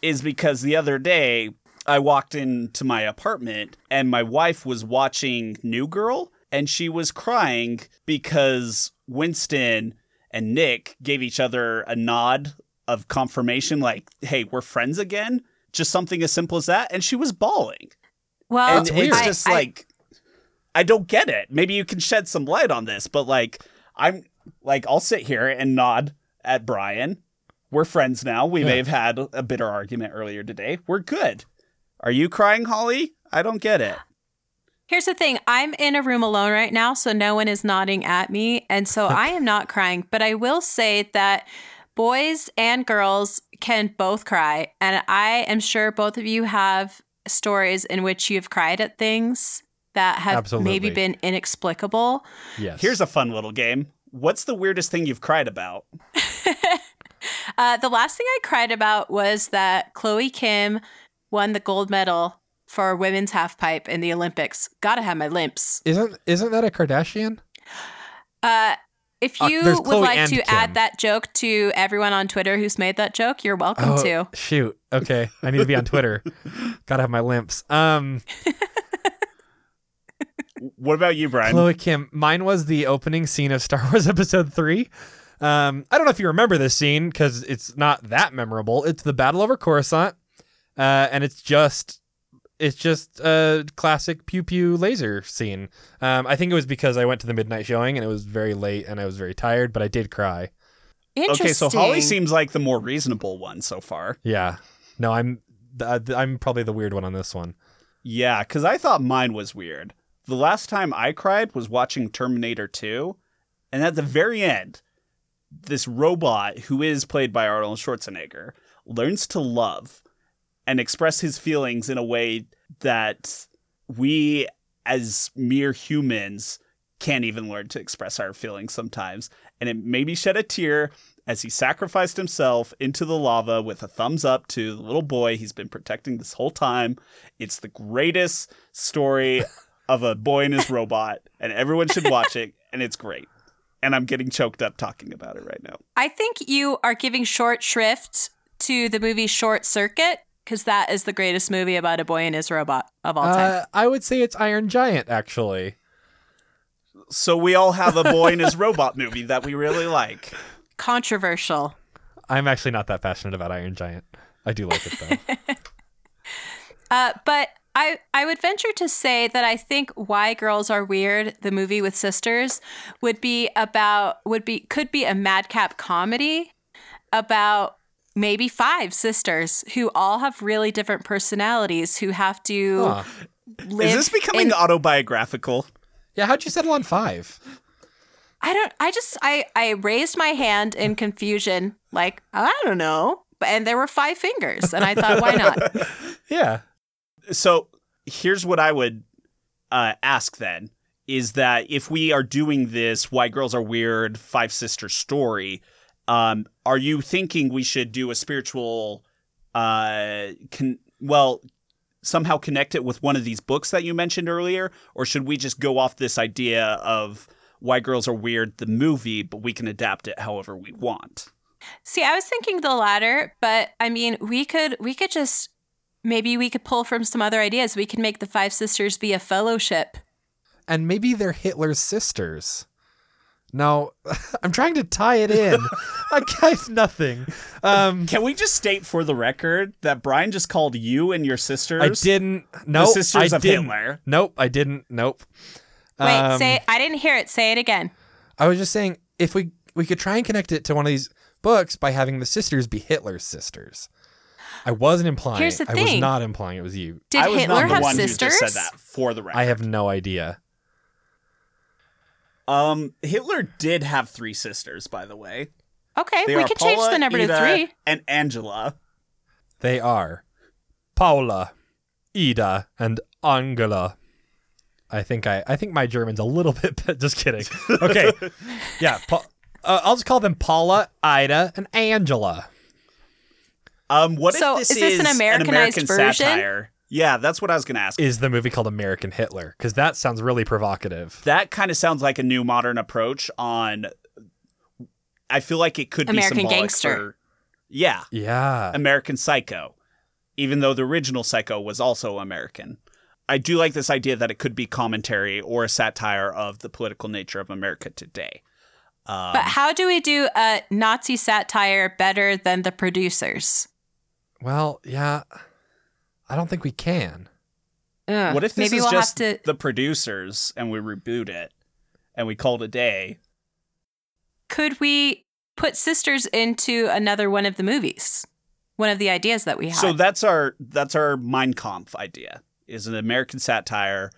is because the other day I walked into my apartment and my wife was watching New Girl and she was crying because Winston and Nick gave each other a nod of confirmation like hey we're friends again just something as simple as that and she was bawling
Well,
and
That's
it's
weird.
Oh, I-
just
I-
like I don't get it. Maybe you can shed some light on this, but like I'm like I'll sit here and nod at Brian. We're friends now. We may
Yeah.
have had a bitter argument earlier today. We're good. Are you crying, Holly? I don't get it.
Here's the thing I'm in a room alone right now, so no one is nodding at me. And so I am not crying, but I will say that boys and girls can both cry. And I am sure both of you have stories in which you've cried at things that have maybe
Absolutely.
been inexplicable.
Yes.
Here's a fun little game. What's the weirdest thing you've cried about?
Uh, the last thing I cried about was that Chloe Kim won the gold medal for women's half pipe in the Olympics. Gotta have my limps.
isn't isn't that a Kardashian?
Uh, if
Uh,
you
there's
would
Chloe
like
and
to
Kim.
add that joke to everyone on Twitter who's made that joke, you're welcome to.
Oh, shoot. Okay, I need to be
[LAUGHS]
on Twitter. Gotta have my limps. Um,
What about you, Brian?
Chloe Kim. Mine was the opening scene of Star [LAUGHS] Wars Episode Three. Um, I don't know if you remember this scene because it's not that memorable. It's the battle over Coruscant, uh, and it's just it's just a classic pew pew laser scene. Um, I think it was because I went to the midnight showing and it was very late and I was very tired, but I did cry.
Interesting.
Okay, so Holly seems like the more reasonable one so far.
Yeah. No, I'm th- I'm probably the weird one on this one.
Yeah, because I thought mine was weird. The last time I cried was watching Terminator 2, and at the very end, this robot, who is played by Arnold Schwarzenegger, learns to love and express his feelings in a way that we, as mere humans, can't even learn to express our feelings sometimes. And it made me shed a tear as he sacrificed himself into the lava with a thumbs up to the little boy he's been protecting this whole time. It's the greatest story of a boy and his robot, and everyone should watch it, and it's great. And I'm getting choked up talking about it right now.
I think you are giving short shrift to the movie Short Circuit because that is the greatest movie about a boy and his robot of all time.
Uh, I would say it's Iron Giant actually.
So we all have a boy and his robot movie that we really like.
Controversial.
I'm actually not that passionate about Iron Giant. I do like it though.
Uh, but I, I would venture to say that I think Why Girls Are Weird, the movie with sisters, would be about would be could be a madcap comedy about maybe five sisters who all have really different personalities who have [LAUGHS] to
Huh.
live.
Is this becoming
in-
autobiographical?
Yeah, how'd you settle on five?
I don't. I just I I raised my hand in confusion, like I don't know. But- And there were five fingers, and I thought, why not?
Yeah.
So here's what I would uh, ask then is that if we are doing this Why Girls Are Weird Five Sisters story, um, are you thinking we should do a spiritual, uh, con- well, somehow connect it with one of these books that you mentioned earlier? Or should we just go off this idea of Why Girls Are Weird, the movie, but we can adapt it however we want?
See, I was thinking the latter, but I mean, we could we could just maybe we could pull from some other ideas. We can make the five sisters be a fellowship.
And maybe they're Hitler's sisters. No, [LAUGHS] I'm trying to tie
[LAUGHS]
it in. I got nothing. Um,
Can we just state for the record that Brian just called you and your sisters?
I didn't. No,
sisters
I
of
didn't.
Hitler.
Nope, I didn't. Nope.
Wait,
Um,
say I didn't hear it. Say it again.
I was just saying if we we could try and connect it to one of these books by having the sisters be Hitler's sisters. I wasn't implying.
Here's the
I was
thing.
not implying it was you.
Did
I was
Hitler
not the
have
one
sisters?
Who just said that for the record.
I have no idea.
Um, Hitler did have three sisters, by the way.
Okay,
They
Eh, we
are
could
Paula,
change the number
Ida,
to three.
and Angela.
They are Paula, Ida, and Angela. I think I I think my German's a little [LAUGHS] bit. be- Just kidding. Okay, yeah. Pa- uh, I'll just call them Paula, Ida, and Angela.
Um, what
So,
if this
is this an Americanized
American
version?
satire? Yeah, that's what I was going to ask.
Is the movie called American Hitler? Because that sounds really provocative.
that kind of sounds like a new modern approach on. I feel like it could
American
be symbolic
Gangster.
for- yeah,
Yeah.
American Psycho, even though the original Psycho was also American. I do like this idea that it could be commentary or a satire of the political nature of America today. Um,
But how do we do a Nazi satire better than the producers?
Well, yeah. I don't think we can.
Ugh,
what if this
maybe
is
we'll
just
have to
the producers and we reboot it and we call it a day?
could we put sisters into another one of the movies? One of the ideas that we have.
So that's our that's our Mein Kampf idea is an American satire,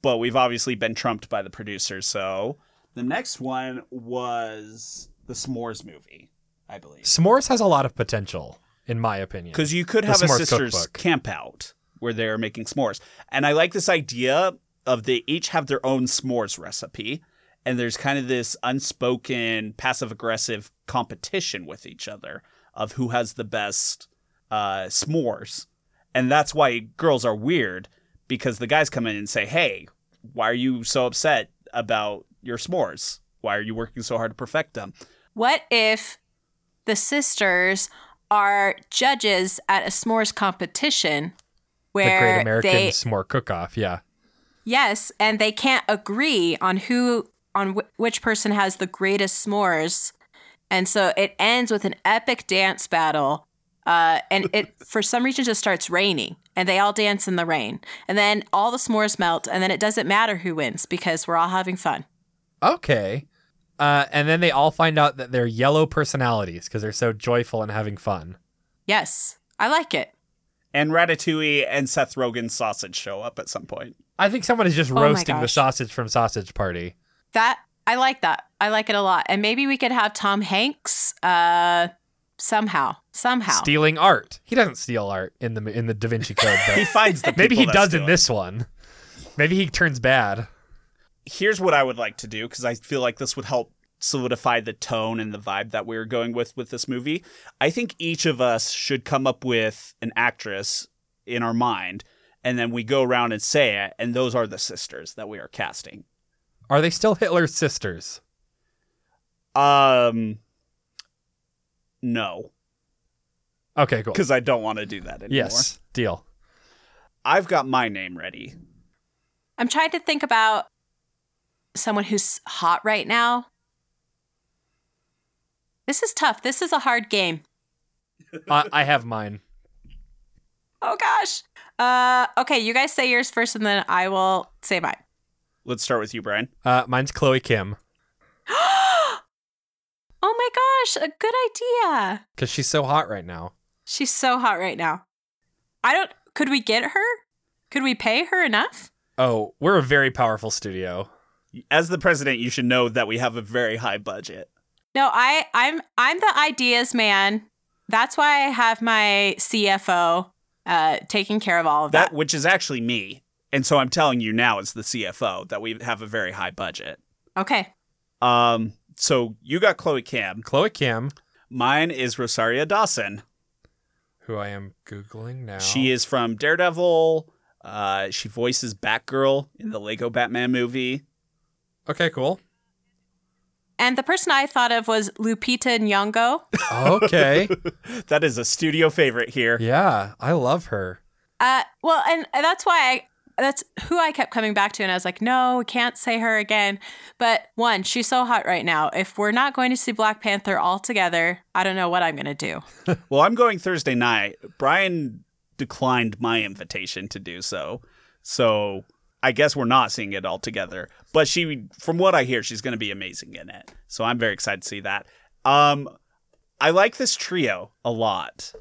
but we've obviously been trumped by the producers. So the next one was the S'mores movie, I believe,
S'mores has a lot of potential, in my opinion.
because you could
The
have a
S'mores
sisters
cookbook.
camp out where they're making s'mores, and I like this idea of they each have their own s'mores recipe. And there's kind of this unspoken passive aggressive competition with each other of who has the best uh, s'mores and that's why girls are weird because the guys come in and say, "Hey, why are you so upset about your s'mores? Why are you working so hard to perfect them?"
What if the sisters are judges at a s'mores competition
the
where
Great American
they
S'more Cook Off, yeah.
yes, and they can't agree on who on wh- which person has the greatest s'mores, and so it ends with an epic dance battle. Uh, and
[LAUGHS]
it for some reason just starts raining, and they all dance in the rain, and then all the s'mores melt, and then it doesn't matter who wins because we're all having fun.
Okay. Uh, and then they all find out that they're yellow personalities because they're so joyful and having fun.
Yes, I like it.
And Ratatouille and Seth Rogen's sausage show up at some point.
I think someone is just
Oh my
roasting the
gosh.
sausage from Sausage Party.
That I like that. I like it a lot. And maybe we could have Tom Hanks uh somehow. Somehow.
Stealing art. He doesn't steal art in the in the Da
[LAUGHS]
Vinci Code.
He
But
finds the
[LAUGHS] maybe
people
he
that
does
steal
in
it.
this one. Maybe he turns bad.
Here's what I would like to do because I feel like this would help solidify the tone and the vibe that we were going with with this movie. I think each of us should come up with an actress in our mind, and then we go around and say it. And those are the sisters that we are casting.
Are they still Hitler's sisters?
Um, no,
Okay, cool.
because I don't want to do that anymore.
Yes, deal.
I've got my name ready.
I'm trying to think about someone who's hot right now. This is tough. This is a hard game.
I, I have mine.
Oh gosh. Uh okay, you guys say yours first and then I will say mine.
Let's start with you, Brian.
Uh, mine's Chloe Kim
oh my gosh, a good idea.
because she's so hot right now.
She's so hot right now. I don't could we get her? Could we pay her enough?
Oh, we're a very powerful studio.
As the president, you should know that we have a very high budget.
No, I I'm I'm the ideas man. That's why I have my CFO uh taking care of all of that.
That, which is actually me. And so I'm telling you now, as the CFO, that we have a very high budget.
Okay.
Um, so you got Chloe Cam.
Chloe Kim,
Mine is Rosaria Dawson.
who I am googling now.
She is from Daredevil. Uh, she voices Batgirl in the Lego Batman movie.
okay. Cool.
And the person I thought of was Lupita Nyong'o.
[LAUGHS]
Okay.
That is a studio favorite here.
yeah, I love her.
Uh well, and and that's why I that's who I kept coming back to and I was like, "No, we can't say her again." But one, she's so hot right now. If we're not going to see Black Panther all together, I don't know what I'm going to do.
Well, I'm going Thursday night. Brian declined my invitation to do so. So I guess we're not seeing it all together. But she, from what I hear, she's going to be amazing in it. So I'm very excited to see that. Um, I like this trio a lot.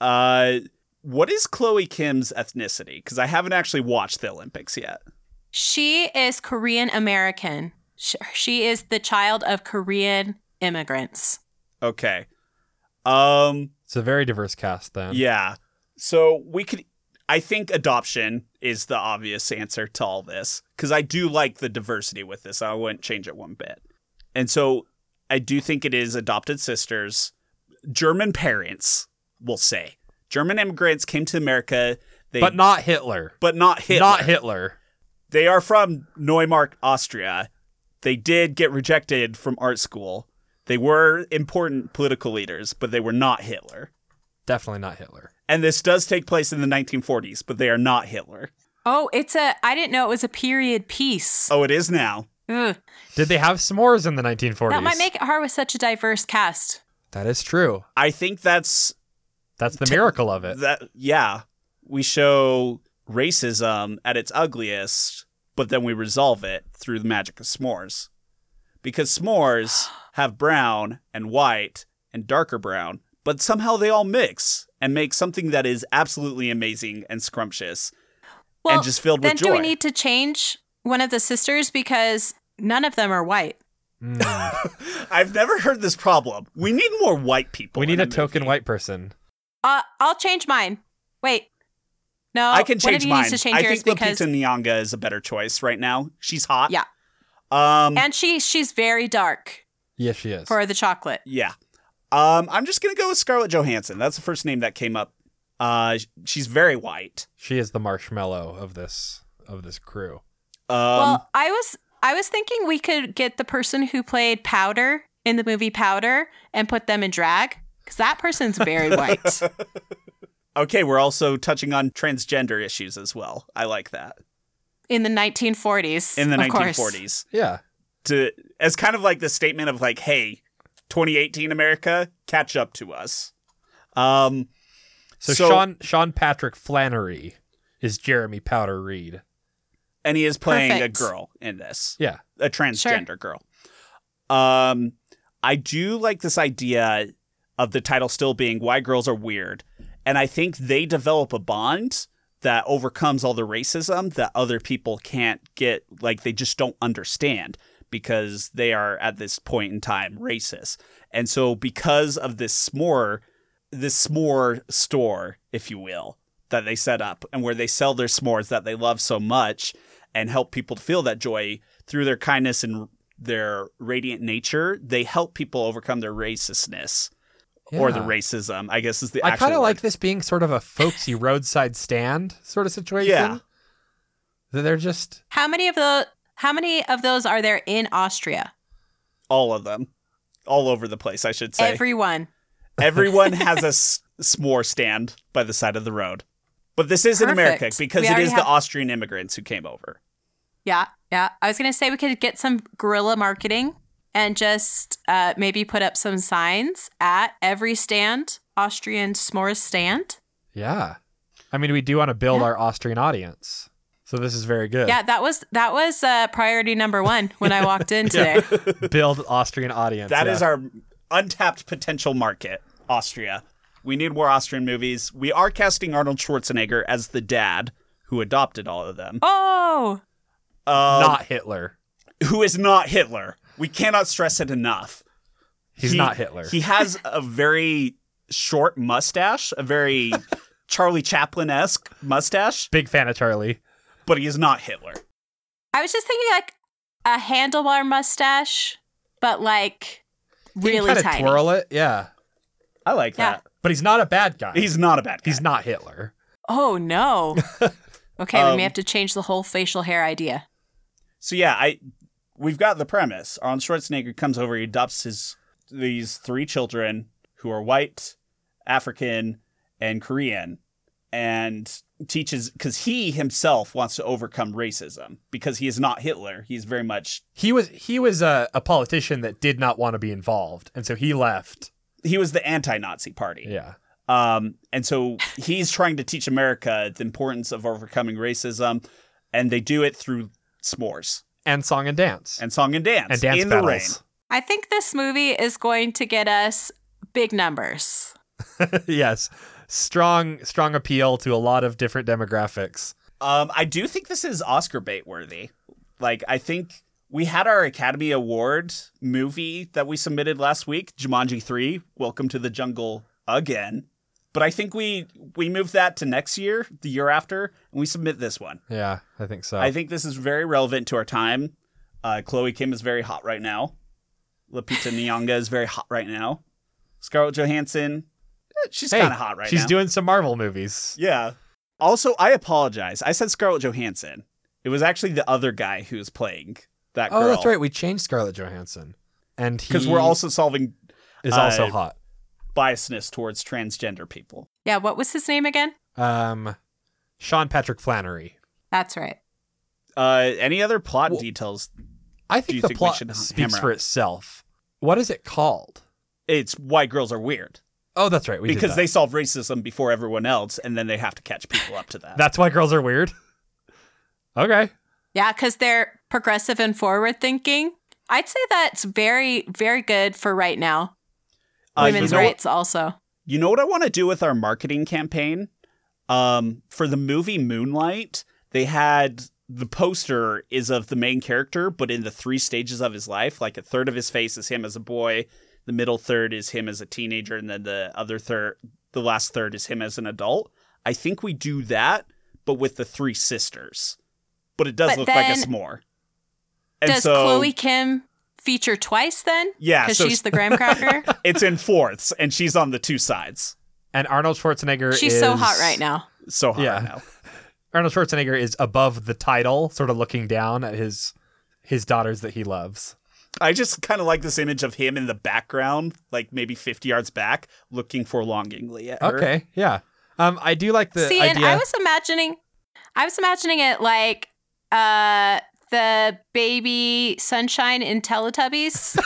Uh, what is Chloe Kim's ethnicity? Because I haven't actually watched the Olympics yet.
She is Korean American. Sh- She is the child of Korean immigrants.
Okay. Um,
It's a very diverse cast then.
Yeah. So we could I think adoption is the obvious answer to all this cuz I do like the diversity with this. I wouldn't change it one bit. And so I do think it is adopted sisters, German parents, we'll say. German immigrants came to America. They,
but not Hitler.
but not Hitler.
Not Hitler.
they are from Neumark, Austria. They did get rejected from art school. They were important political leaders, but they were not Hitler.
Definitely not Hitler.
And this does take place in the 1940s, but they are not Hitler.
Oh, it's a. I didn't know it was a period piece.
Oh, it is now.
Ugh.
Did they have s'mores in the 1940s?
That might make it hard with such a diverse cast.
That is true.
I think that's
That's the miracle of it.
that. Yeah, we show racism at its ugliest, but then we resolve it through the magic of s'mores, because s'mores have brown and white and darker brown, but somehow they all mix and make something that is absolutely amazing and scrumptious.
Well,
just filled with
then do we
joy.
need to change one of the sisters because none of them are white?
[LAUGHS]
Mm.
I've never heard this problem. We need more white people.
we need
in
a
movie.
token white person.
Uh, I'll change mine. Wait. No,
I can
Oh, one
change
of you
mine.
needs to change
I
yours
think
because
Lupita Nyong'o is a better choice right now. She's hot.
Yeah.
Um.
and she she's very dark
Yes, she is.
for the chocolate.
Yeah. Um, I'm just gonna go with Scarlett Johansson. That's the first name that came up. Uh, sh- she's very white.
she is the marshmallow of this of this crew.
Um,
well, I was I was thinking we could get the person who played Powder in the movie Powder and put them in drag because that
[LAUGHS]
person's very white.
okay, we're also touching on transgender issues as well. I like that
in the 1940s.
in the
of course.
1940s
Yeah.
to as kind of like the statement of like, hey, 2018 America, catch up to us. Um,
So,
So-
Sean Sean Patrick Flannery is Jeremy Powder Reed.
and he is playing
Perfect.
a girl in this.
Yeah.
a transgender girl. Um, I do like this idea of the title still being "Why Girls Are Weird," and I think they develop a bond that overcomes all the racism that other people can't get. Like they just don't understand because they are at this point in time racist, and so because of this s'more, this s'more store, if you will, that they set up and where they sell their s'mores that they love so much and help people to feel that joy through their kindness and their radiant nature, they help people overcome their racistness or the
Yeah.
racism, I guess is the
I
actual
kind of
word.
like this being sort of a folksy roadside stand sort of situation.
Yeah.
That They're just
How many of the how many of those are there in Austria?
all of them. All over the place, I should say.
Everyone.
[LAUGHS]
[LAUGHS]
Everyone has a s- s'more stand by the side of the road. But this is in America
Perfect.
because
We
it
already
is the
have-
Austrian immigrants who came over.
Yeah, yeah. I was gonna say we could get some guerrilla marketing and just uh, maybe put up some signs at every stand, Austrian s'mores stand.
yeah. I mean, we do want to build
Yeah.
our Austrian audience, so this is very good.
Yeah, that was that was uh, priority number one when I walked in today.
[LAUGHS] Build Austrian audience.
That
yeah.
is our untapped potential market, Austria. We need more Austrian movies. We are casting Arnold Schwarzenegger as the dad who adopted all of them,
Oh,
Um,
not Hitler.
who is not Hitler. We cannot stress it enough.
He's
He-
not Hitler.
He has a very short mustache, a very Charlie Chaplin esque mustache,
Big fan of Charlie.
but he is not Hitler.
I was just thinking like a handlebar mustache, but like really
kind of
tiny.
twirl it. Yeah,
I like
Yeah.
that.
but he's not a bad guy.
He's not a bad guy.
he's not Hitler.
Oh no. Okay, we
Um,
may have to change the whole facial hair idea.
So yeah, I we've got the premise. Arnold Schwarzenegger comes over, he adopts his these three children who are white, African, and Korean, and teaches because he himself wants to overcome racism because he is not Hitler. He's very much
He was he was a, a politician that did not want to be involved, and so he left.
he was the anti-Nazi party.
Yeah,
Um, and so he's trying to teach America the importance of overcoming racism, and they do it through s'mores
and song and dance
and song and dance
and dance
in the rain.
battles.
I think this movie is going to get us big numbers.
yes, strong strong appeal to a lot of different demographics.
Um, I do think this is Oscar bait worthy. Like, I think we had our Academy Award movie that we submitted last week, Jumanji Three: Welcome to the Jungle again. But I think we we move that to next year, the year after, and we submit this one.
Yeah, I think so.
I think this is very relevant to our time. Uh, Chloe Kim is very hot
[LAUGHS]
right now. Lupita Nyong'o is very hot right now. Scarlett Johansson, eh, She's
Hey,
kind of hot right
she's
now.
doing some Marvel movies.
Yeah. Also, I apologize. I said Scarlett Johansson. It was actually the other guy who was playing that girl.
Oh, that's right. We changed Scarlett Johansson, and
Because
because
we're also solving
is also
uh,
hot.
biasness towards transgender people.
Yeah, what was his name again?
Um, Sean Patrick Flannery.
That's right.
Uh, any other plot
Well-
details?
I
Do you
think the
think we
plot
should
speaks
hammer
for
out?
itself. What is it called?
It's why girls are weird
Oh, that's right. We did
because
that.
they solve racism before everyone else, and then they have to catch people up to that.
That's why girls are weird. okay.
Yeah, because they're progressive and forward thinking. I'd say that's very, very good for right now.
Uh, you
Women's
know-
rights also.
You know what I want to do with our marketing campaign? Um, for the movie Moonlight, they had the poster is of the main character, but in the three stages of his life, like a third of his face is him as a boy, the middle third is him as a teenager, and then the other third, the last third is him as an adult. I think we do that, but with the three sisters. But it does
But
look like a
then-
s'more. And
Does
so,
Chloe Kim feature twice then?
yeah,
Because
so
she's the
[LAUGHS]
graham cracker.
it's in fourths, and she's on the two sides.
And Arnold Schwarzenegger.
she's
is,
so hot right now.
So hard
Yeah.
now.
Arnold Schwarzenegger is above the title, sort of looking down at his his daughters that he loves.
I just kind of like this image of him in the background, like maybe 50 yards back, looking forlongingly at her.
Okay. Yeah. Um, I do like the
See,
idea.
and I was imagining, I was imagining it like uh the baby sunshine
[LAUGHS]
in Teletubbies.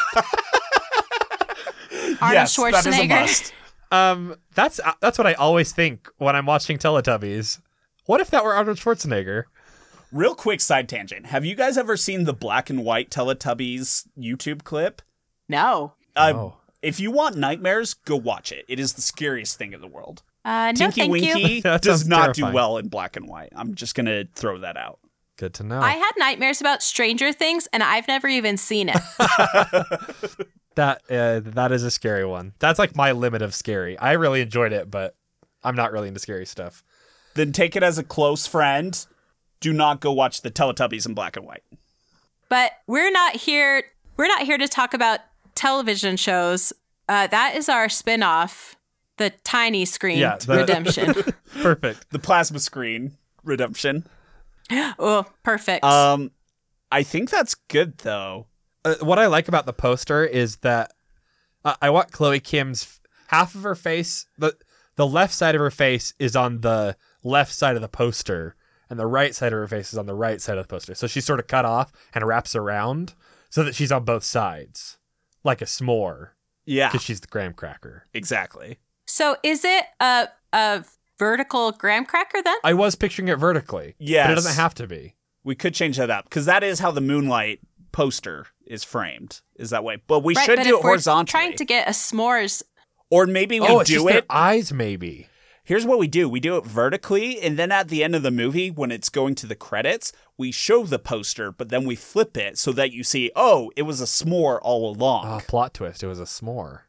Arnold
yes,
Schwarzenegger.
That is a must.
Um, that's uh, that's what I always think when I'm watching Teletubbies. What if that were Arnold Schwarzenegger?
Real quick side tangent. Have you guys ever seen the black and white Teletubbies YouTube clip?
[LAUGHS] No.
Uh,
Oh.
If you want nightmares, go watch it. It is the scariest thing in the world.
Uh, no,
Tinky
thank you.
Winky
[LAUGHS] That
does
sounds
not
terrifying.
do well in black and white. I'm just going to throw that out.
Good to
Oh.
know.
I had nightmares about Stranger Things, and I've never even
[LAUGHS]
seen it.
that uh, that is a scary one. That's like my limit of scary. I really enjoyed it, but I'm not really into scary stuff. [LAUGHS]
Then take it as a close friend. Do not go watch the Teletubbies in black and white.
but we're not here. We're not here to talk about television shows. Uh, that is our spin-off, the tiny screen
Yeah, the-
redemption.
[LAUGHS]
Perfect.
The plasma screen redemption.
oh, perfect.
Um, I think that's good though.
Uh, what I like about the poster is that uh, I want Chloe Kim's f- half of her face. the The left side of her face is on the left side of the poster, and the right side of her face is on the right side of the poster. So she's sort of cut off and wraps around so that she's on both sides, like a s'more,
Yeah,
because she's the graham cracker.
exactly.
so, is it a a vertical graham cracker then?
I was picturing it vertically, but
Yes.
it doesn't have to be.
We could change that up because that is how the moonlight poster is framed. Is that way? But we
Right,
should
but
do
if
it
we're
horizontally.
Trying to get a s'mores.
or maybe we
oh, it's
do
just their
it.
eyes, maybe.
Here's what we do: we do it vertically, and then at the end of the movie, when it's going to the credits, we show the poster, but then we flip it so that you see, oh, it was a s'more all
Ah,
along.
plot twist. It was a s'more.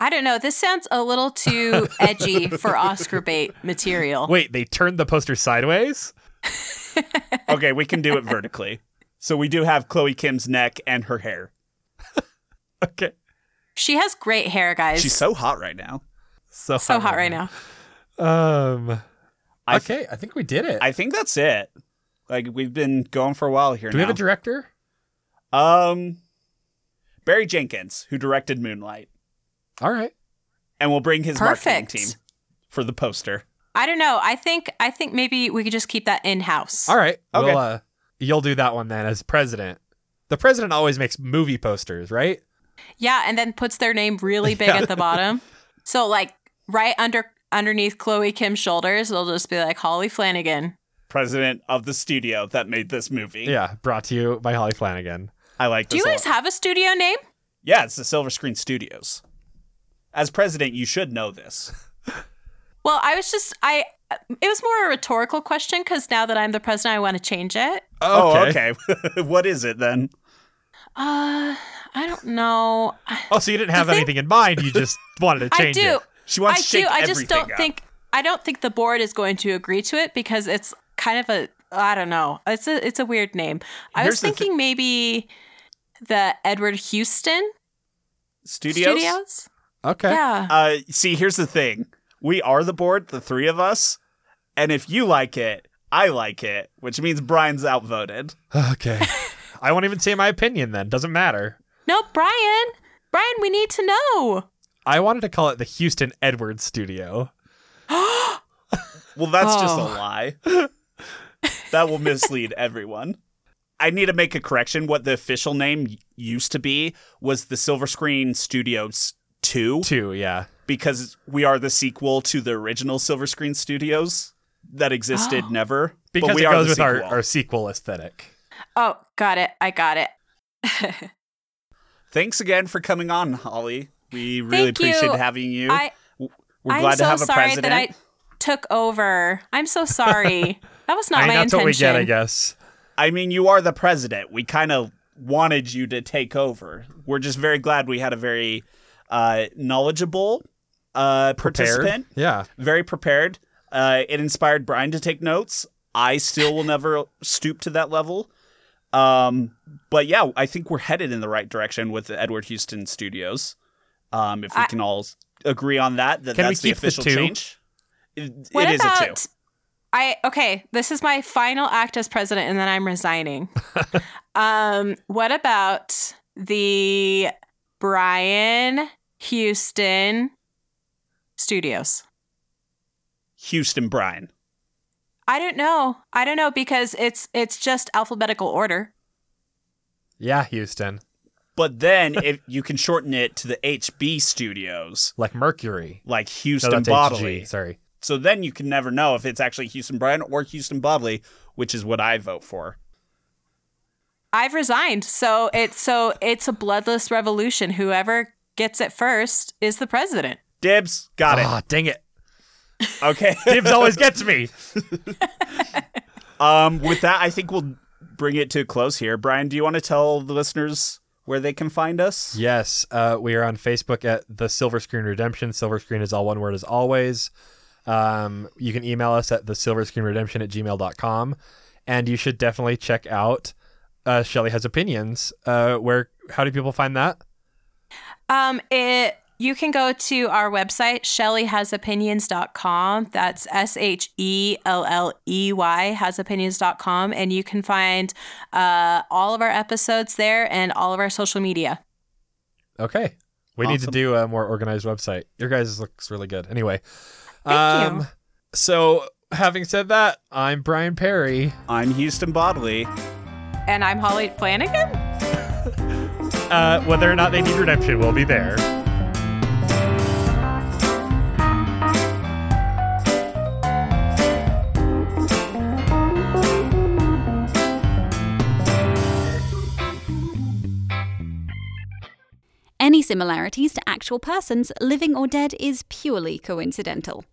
I don't know. This sounds a little
[LAUGHS]
too edgy for Oscar bait material.
Wait, they turned the poster sideways?
[LAUGHS]
[LAUGHS]
okay, we can do it vertically. So we do have Chloe Kim's neck and her hair.
Okay.
She has great hair, guys.
She's so hot right now.
So,
so hot right now.
Um.
I
okay, I think we did it.
I think that's it. Like we've been going for a while here
Do we
now.
have a director?
um Barry Jenkins, who directed Moonlight,
All right.
and will bring his
Perfect.
marketing team for the poster.
I don't know. I think I think maybe we could just keep that in house.
All right.
Okay.
We'll, uh, you'll do that one then as president. The president always makes movie posters, right?
Yeah, and then puts their name really
[LAUGHS]
big at the bottom. So like right under underneath Chloe Kim's shoulders, it'll just be like Holly Flanagan.
President of the studio that made this movie.
Yeah. Brought to you by Holly Flanagan.
I like
Do
this.
you
a
guys
lot.
have a studio name?
yeah, it's the Silver Screen Studios. As president, you should know this.
Well, I was just I it was more a rhetorical question because now that I'm the president, I want to change it.
[LAUGHS] Oh, [LAUGHS] okay. what is it then?
Uh, I don't know. I,
[LAUGHS] Oh, so you didn't have
The thing-
anything in mind? You
[LAUGHS]
just wanted to
I
change
do.
it.
She wants
I
to shake
do. I just
everything
don't
up.
think I don't think the board is going to agree to it because it's kind of a I don't know. It's a it's a weird name. I
Here's
was
the thi-
thinking maybe the Edward Houston
studios.
Studios.
Okay.
Yeah.
Uh, see, here's the thing. we are the board, the three of us. And if you like it, I like it, which means Brian's outvoted.
[SIGHS]
[LAUGHS]
Okay. I won't even say my opinion then. Doesn't matter.
No, Brian. Brian, we need to know.
I wanted to call it the Houston Edwards Studio.
Well, that's just a
Oh.
lie. that will
[LAUGHS]
mislead everyone. I need to make a correction. What the official name y- used to be was the Silver Screen Studios 2,
Two, yeah.
because we are the sequel to the original Silver Screen Studios that existed
Oh.
never. but
Because
we
it
are
goes
the
with our,
sequel.
our sequel aesthetic.
Oh, got it. I got it.
Thanks again for coming on, Holly. We really
Thank you.
appreciate having you.
I
We're
I'm
glad
so
to have a
sorry
president.
that I took over. I'm
[LAUGHS]
so sorry. that was not
I mean,
my
that's
intention.
what we get, I guess.
I mean, you are the president. We kind of wanted you to take over. We're just very glad we had a very uh, knowledgeable uh,
Prepared.
participant,
Yeah.
very prepared. Uh, it inspired Brian to take notes. I still will never stoop to that level. Um, but yeah, I think we're headed in the right direction with the Edward Houston Studios. Um, if we
I-
can all s- agree on that, that
Can we
that's
keep
the
the
official
two?
change. It,
What
it is
about
a two.
I okay, this is my final act as president and then
[LAUGHS]
I'm resigning. um what about the Brian Houston Studios?
Houston Brian.
I don't know. I don't know because it's it's just alphabetical order.
Yeah, Houston.
But then if you can shorten it to the HB Studios,
Like Mercury.
like
No,
Houston
that's
Bodley.
HG. Sorry.
So then you can never know if it's actually Houston Bryan or Houston Bodley, which is what I vote for.
I've resigned. So it's so it's a bloodless revolution. Whoever gets it first is the president.
Dibs, got
Ah, dang it.
it. Okay.
[LAUGHS] Dibs always gets me.
[LAUGHS] um, with that, I think we'll bring it to a close here. Brian, do you want to tell the listeners where they can find us?
[LAUGHS] Yes, uh, we are on Facebook at the Silver Screen Redemption. Silver Screen is all one word as always. Um, you can email us at the Silver Screen Redemption at gmail.com. And you should definitely check out uh, Shelly Has Opinions. Uh, where How do people find that?
Um, it you can go to our website, shellyhasopinions.com. That's S H E L L E Y hasopinions.com, and you can find uh, all of our episodes there and all of our social media.
Okay. We need to
Awesome.
do a more organized website. Your guys looks really good. Anyway. um,
Thank you.
So, having said that, I'm Brian Perry.
I'm Houston Bodley.
And I'm Holly Flanagan.
Uh, whether or not they need redemption, we'll be there.
Any similarities to actual persons, living or dead, is purely coincidental.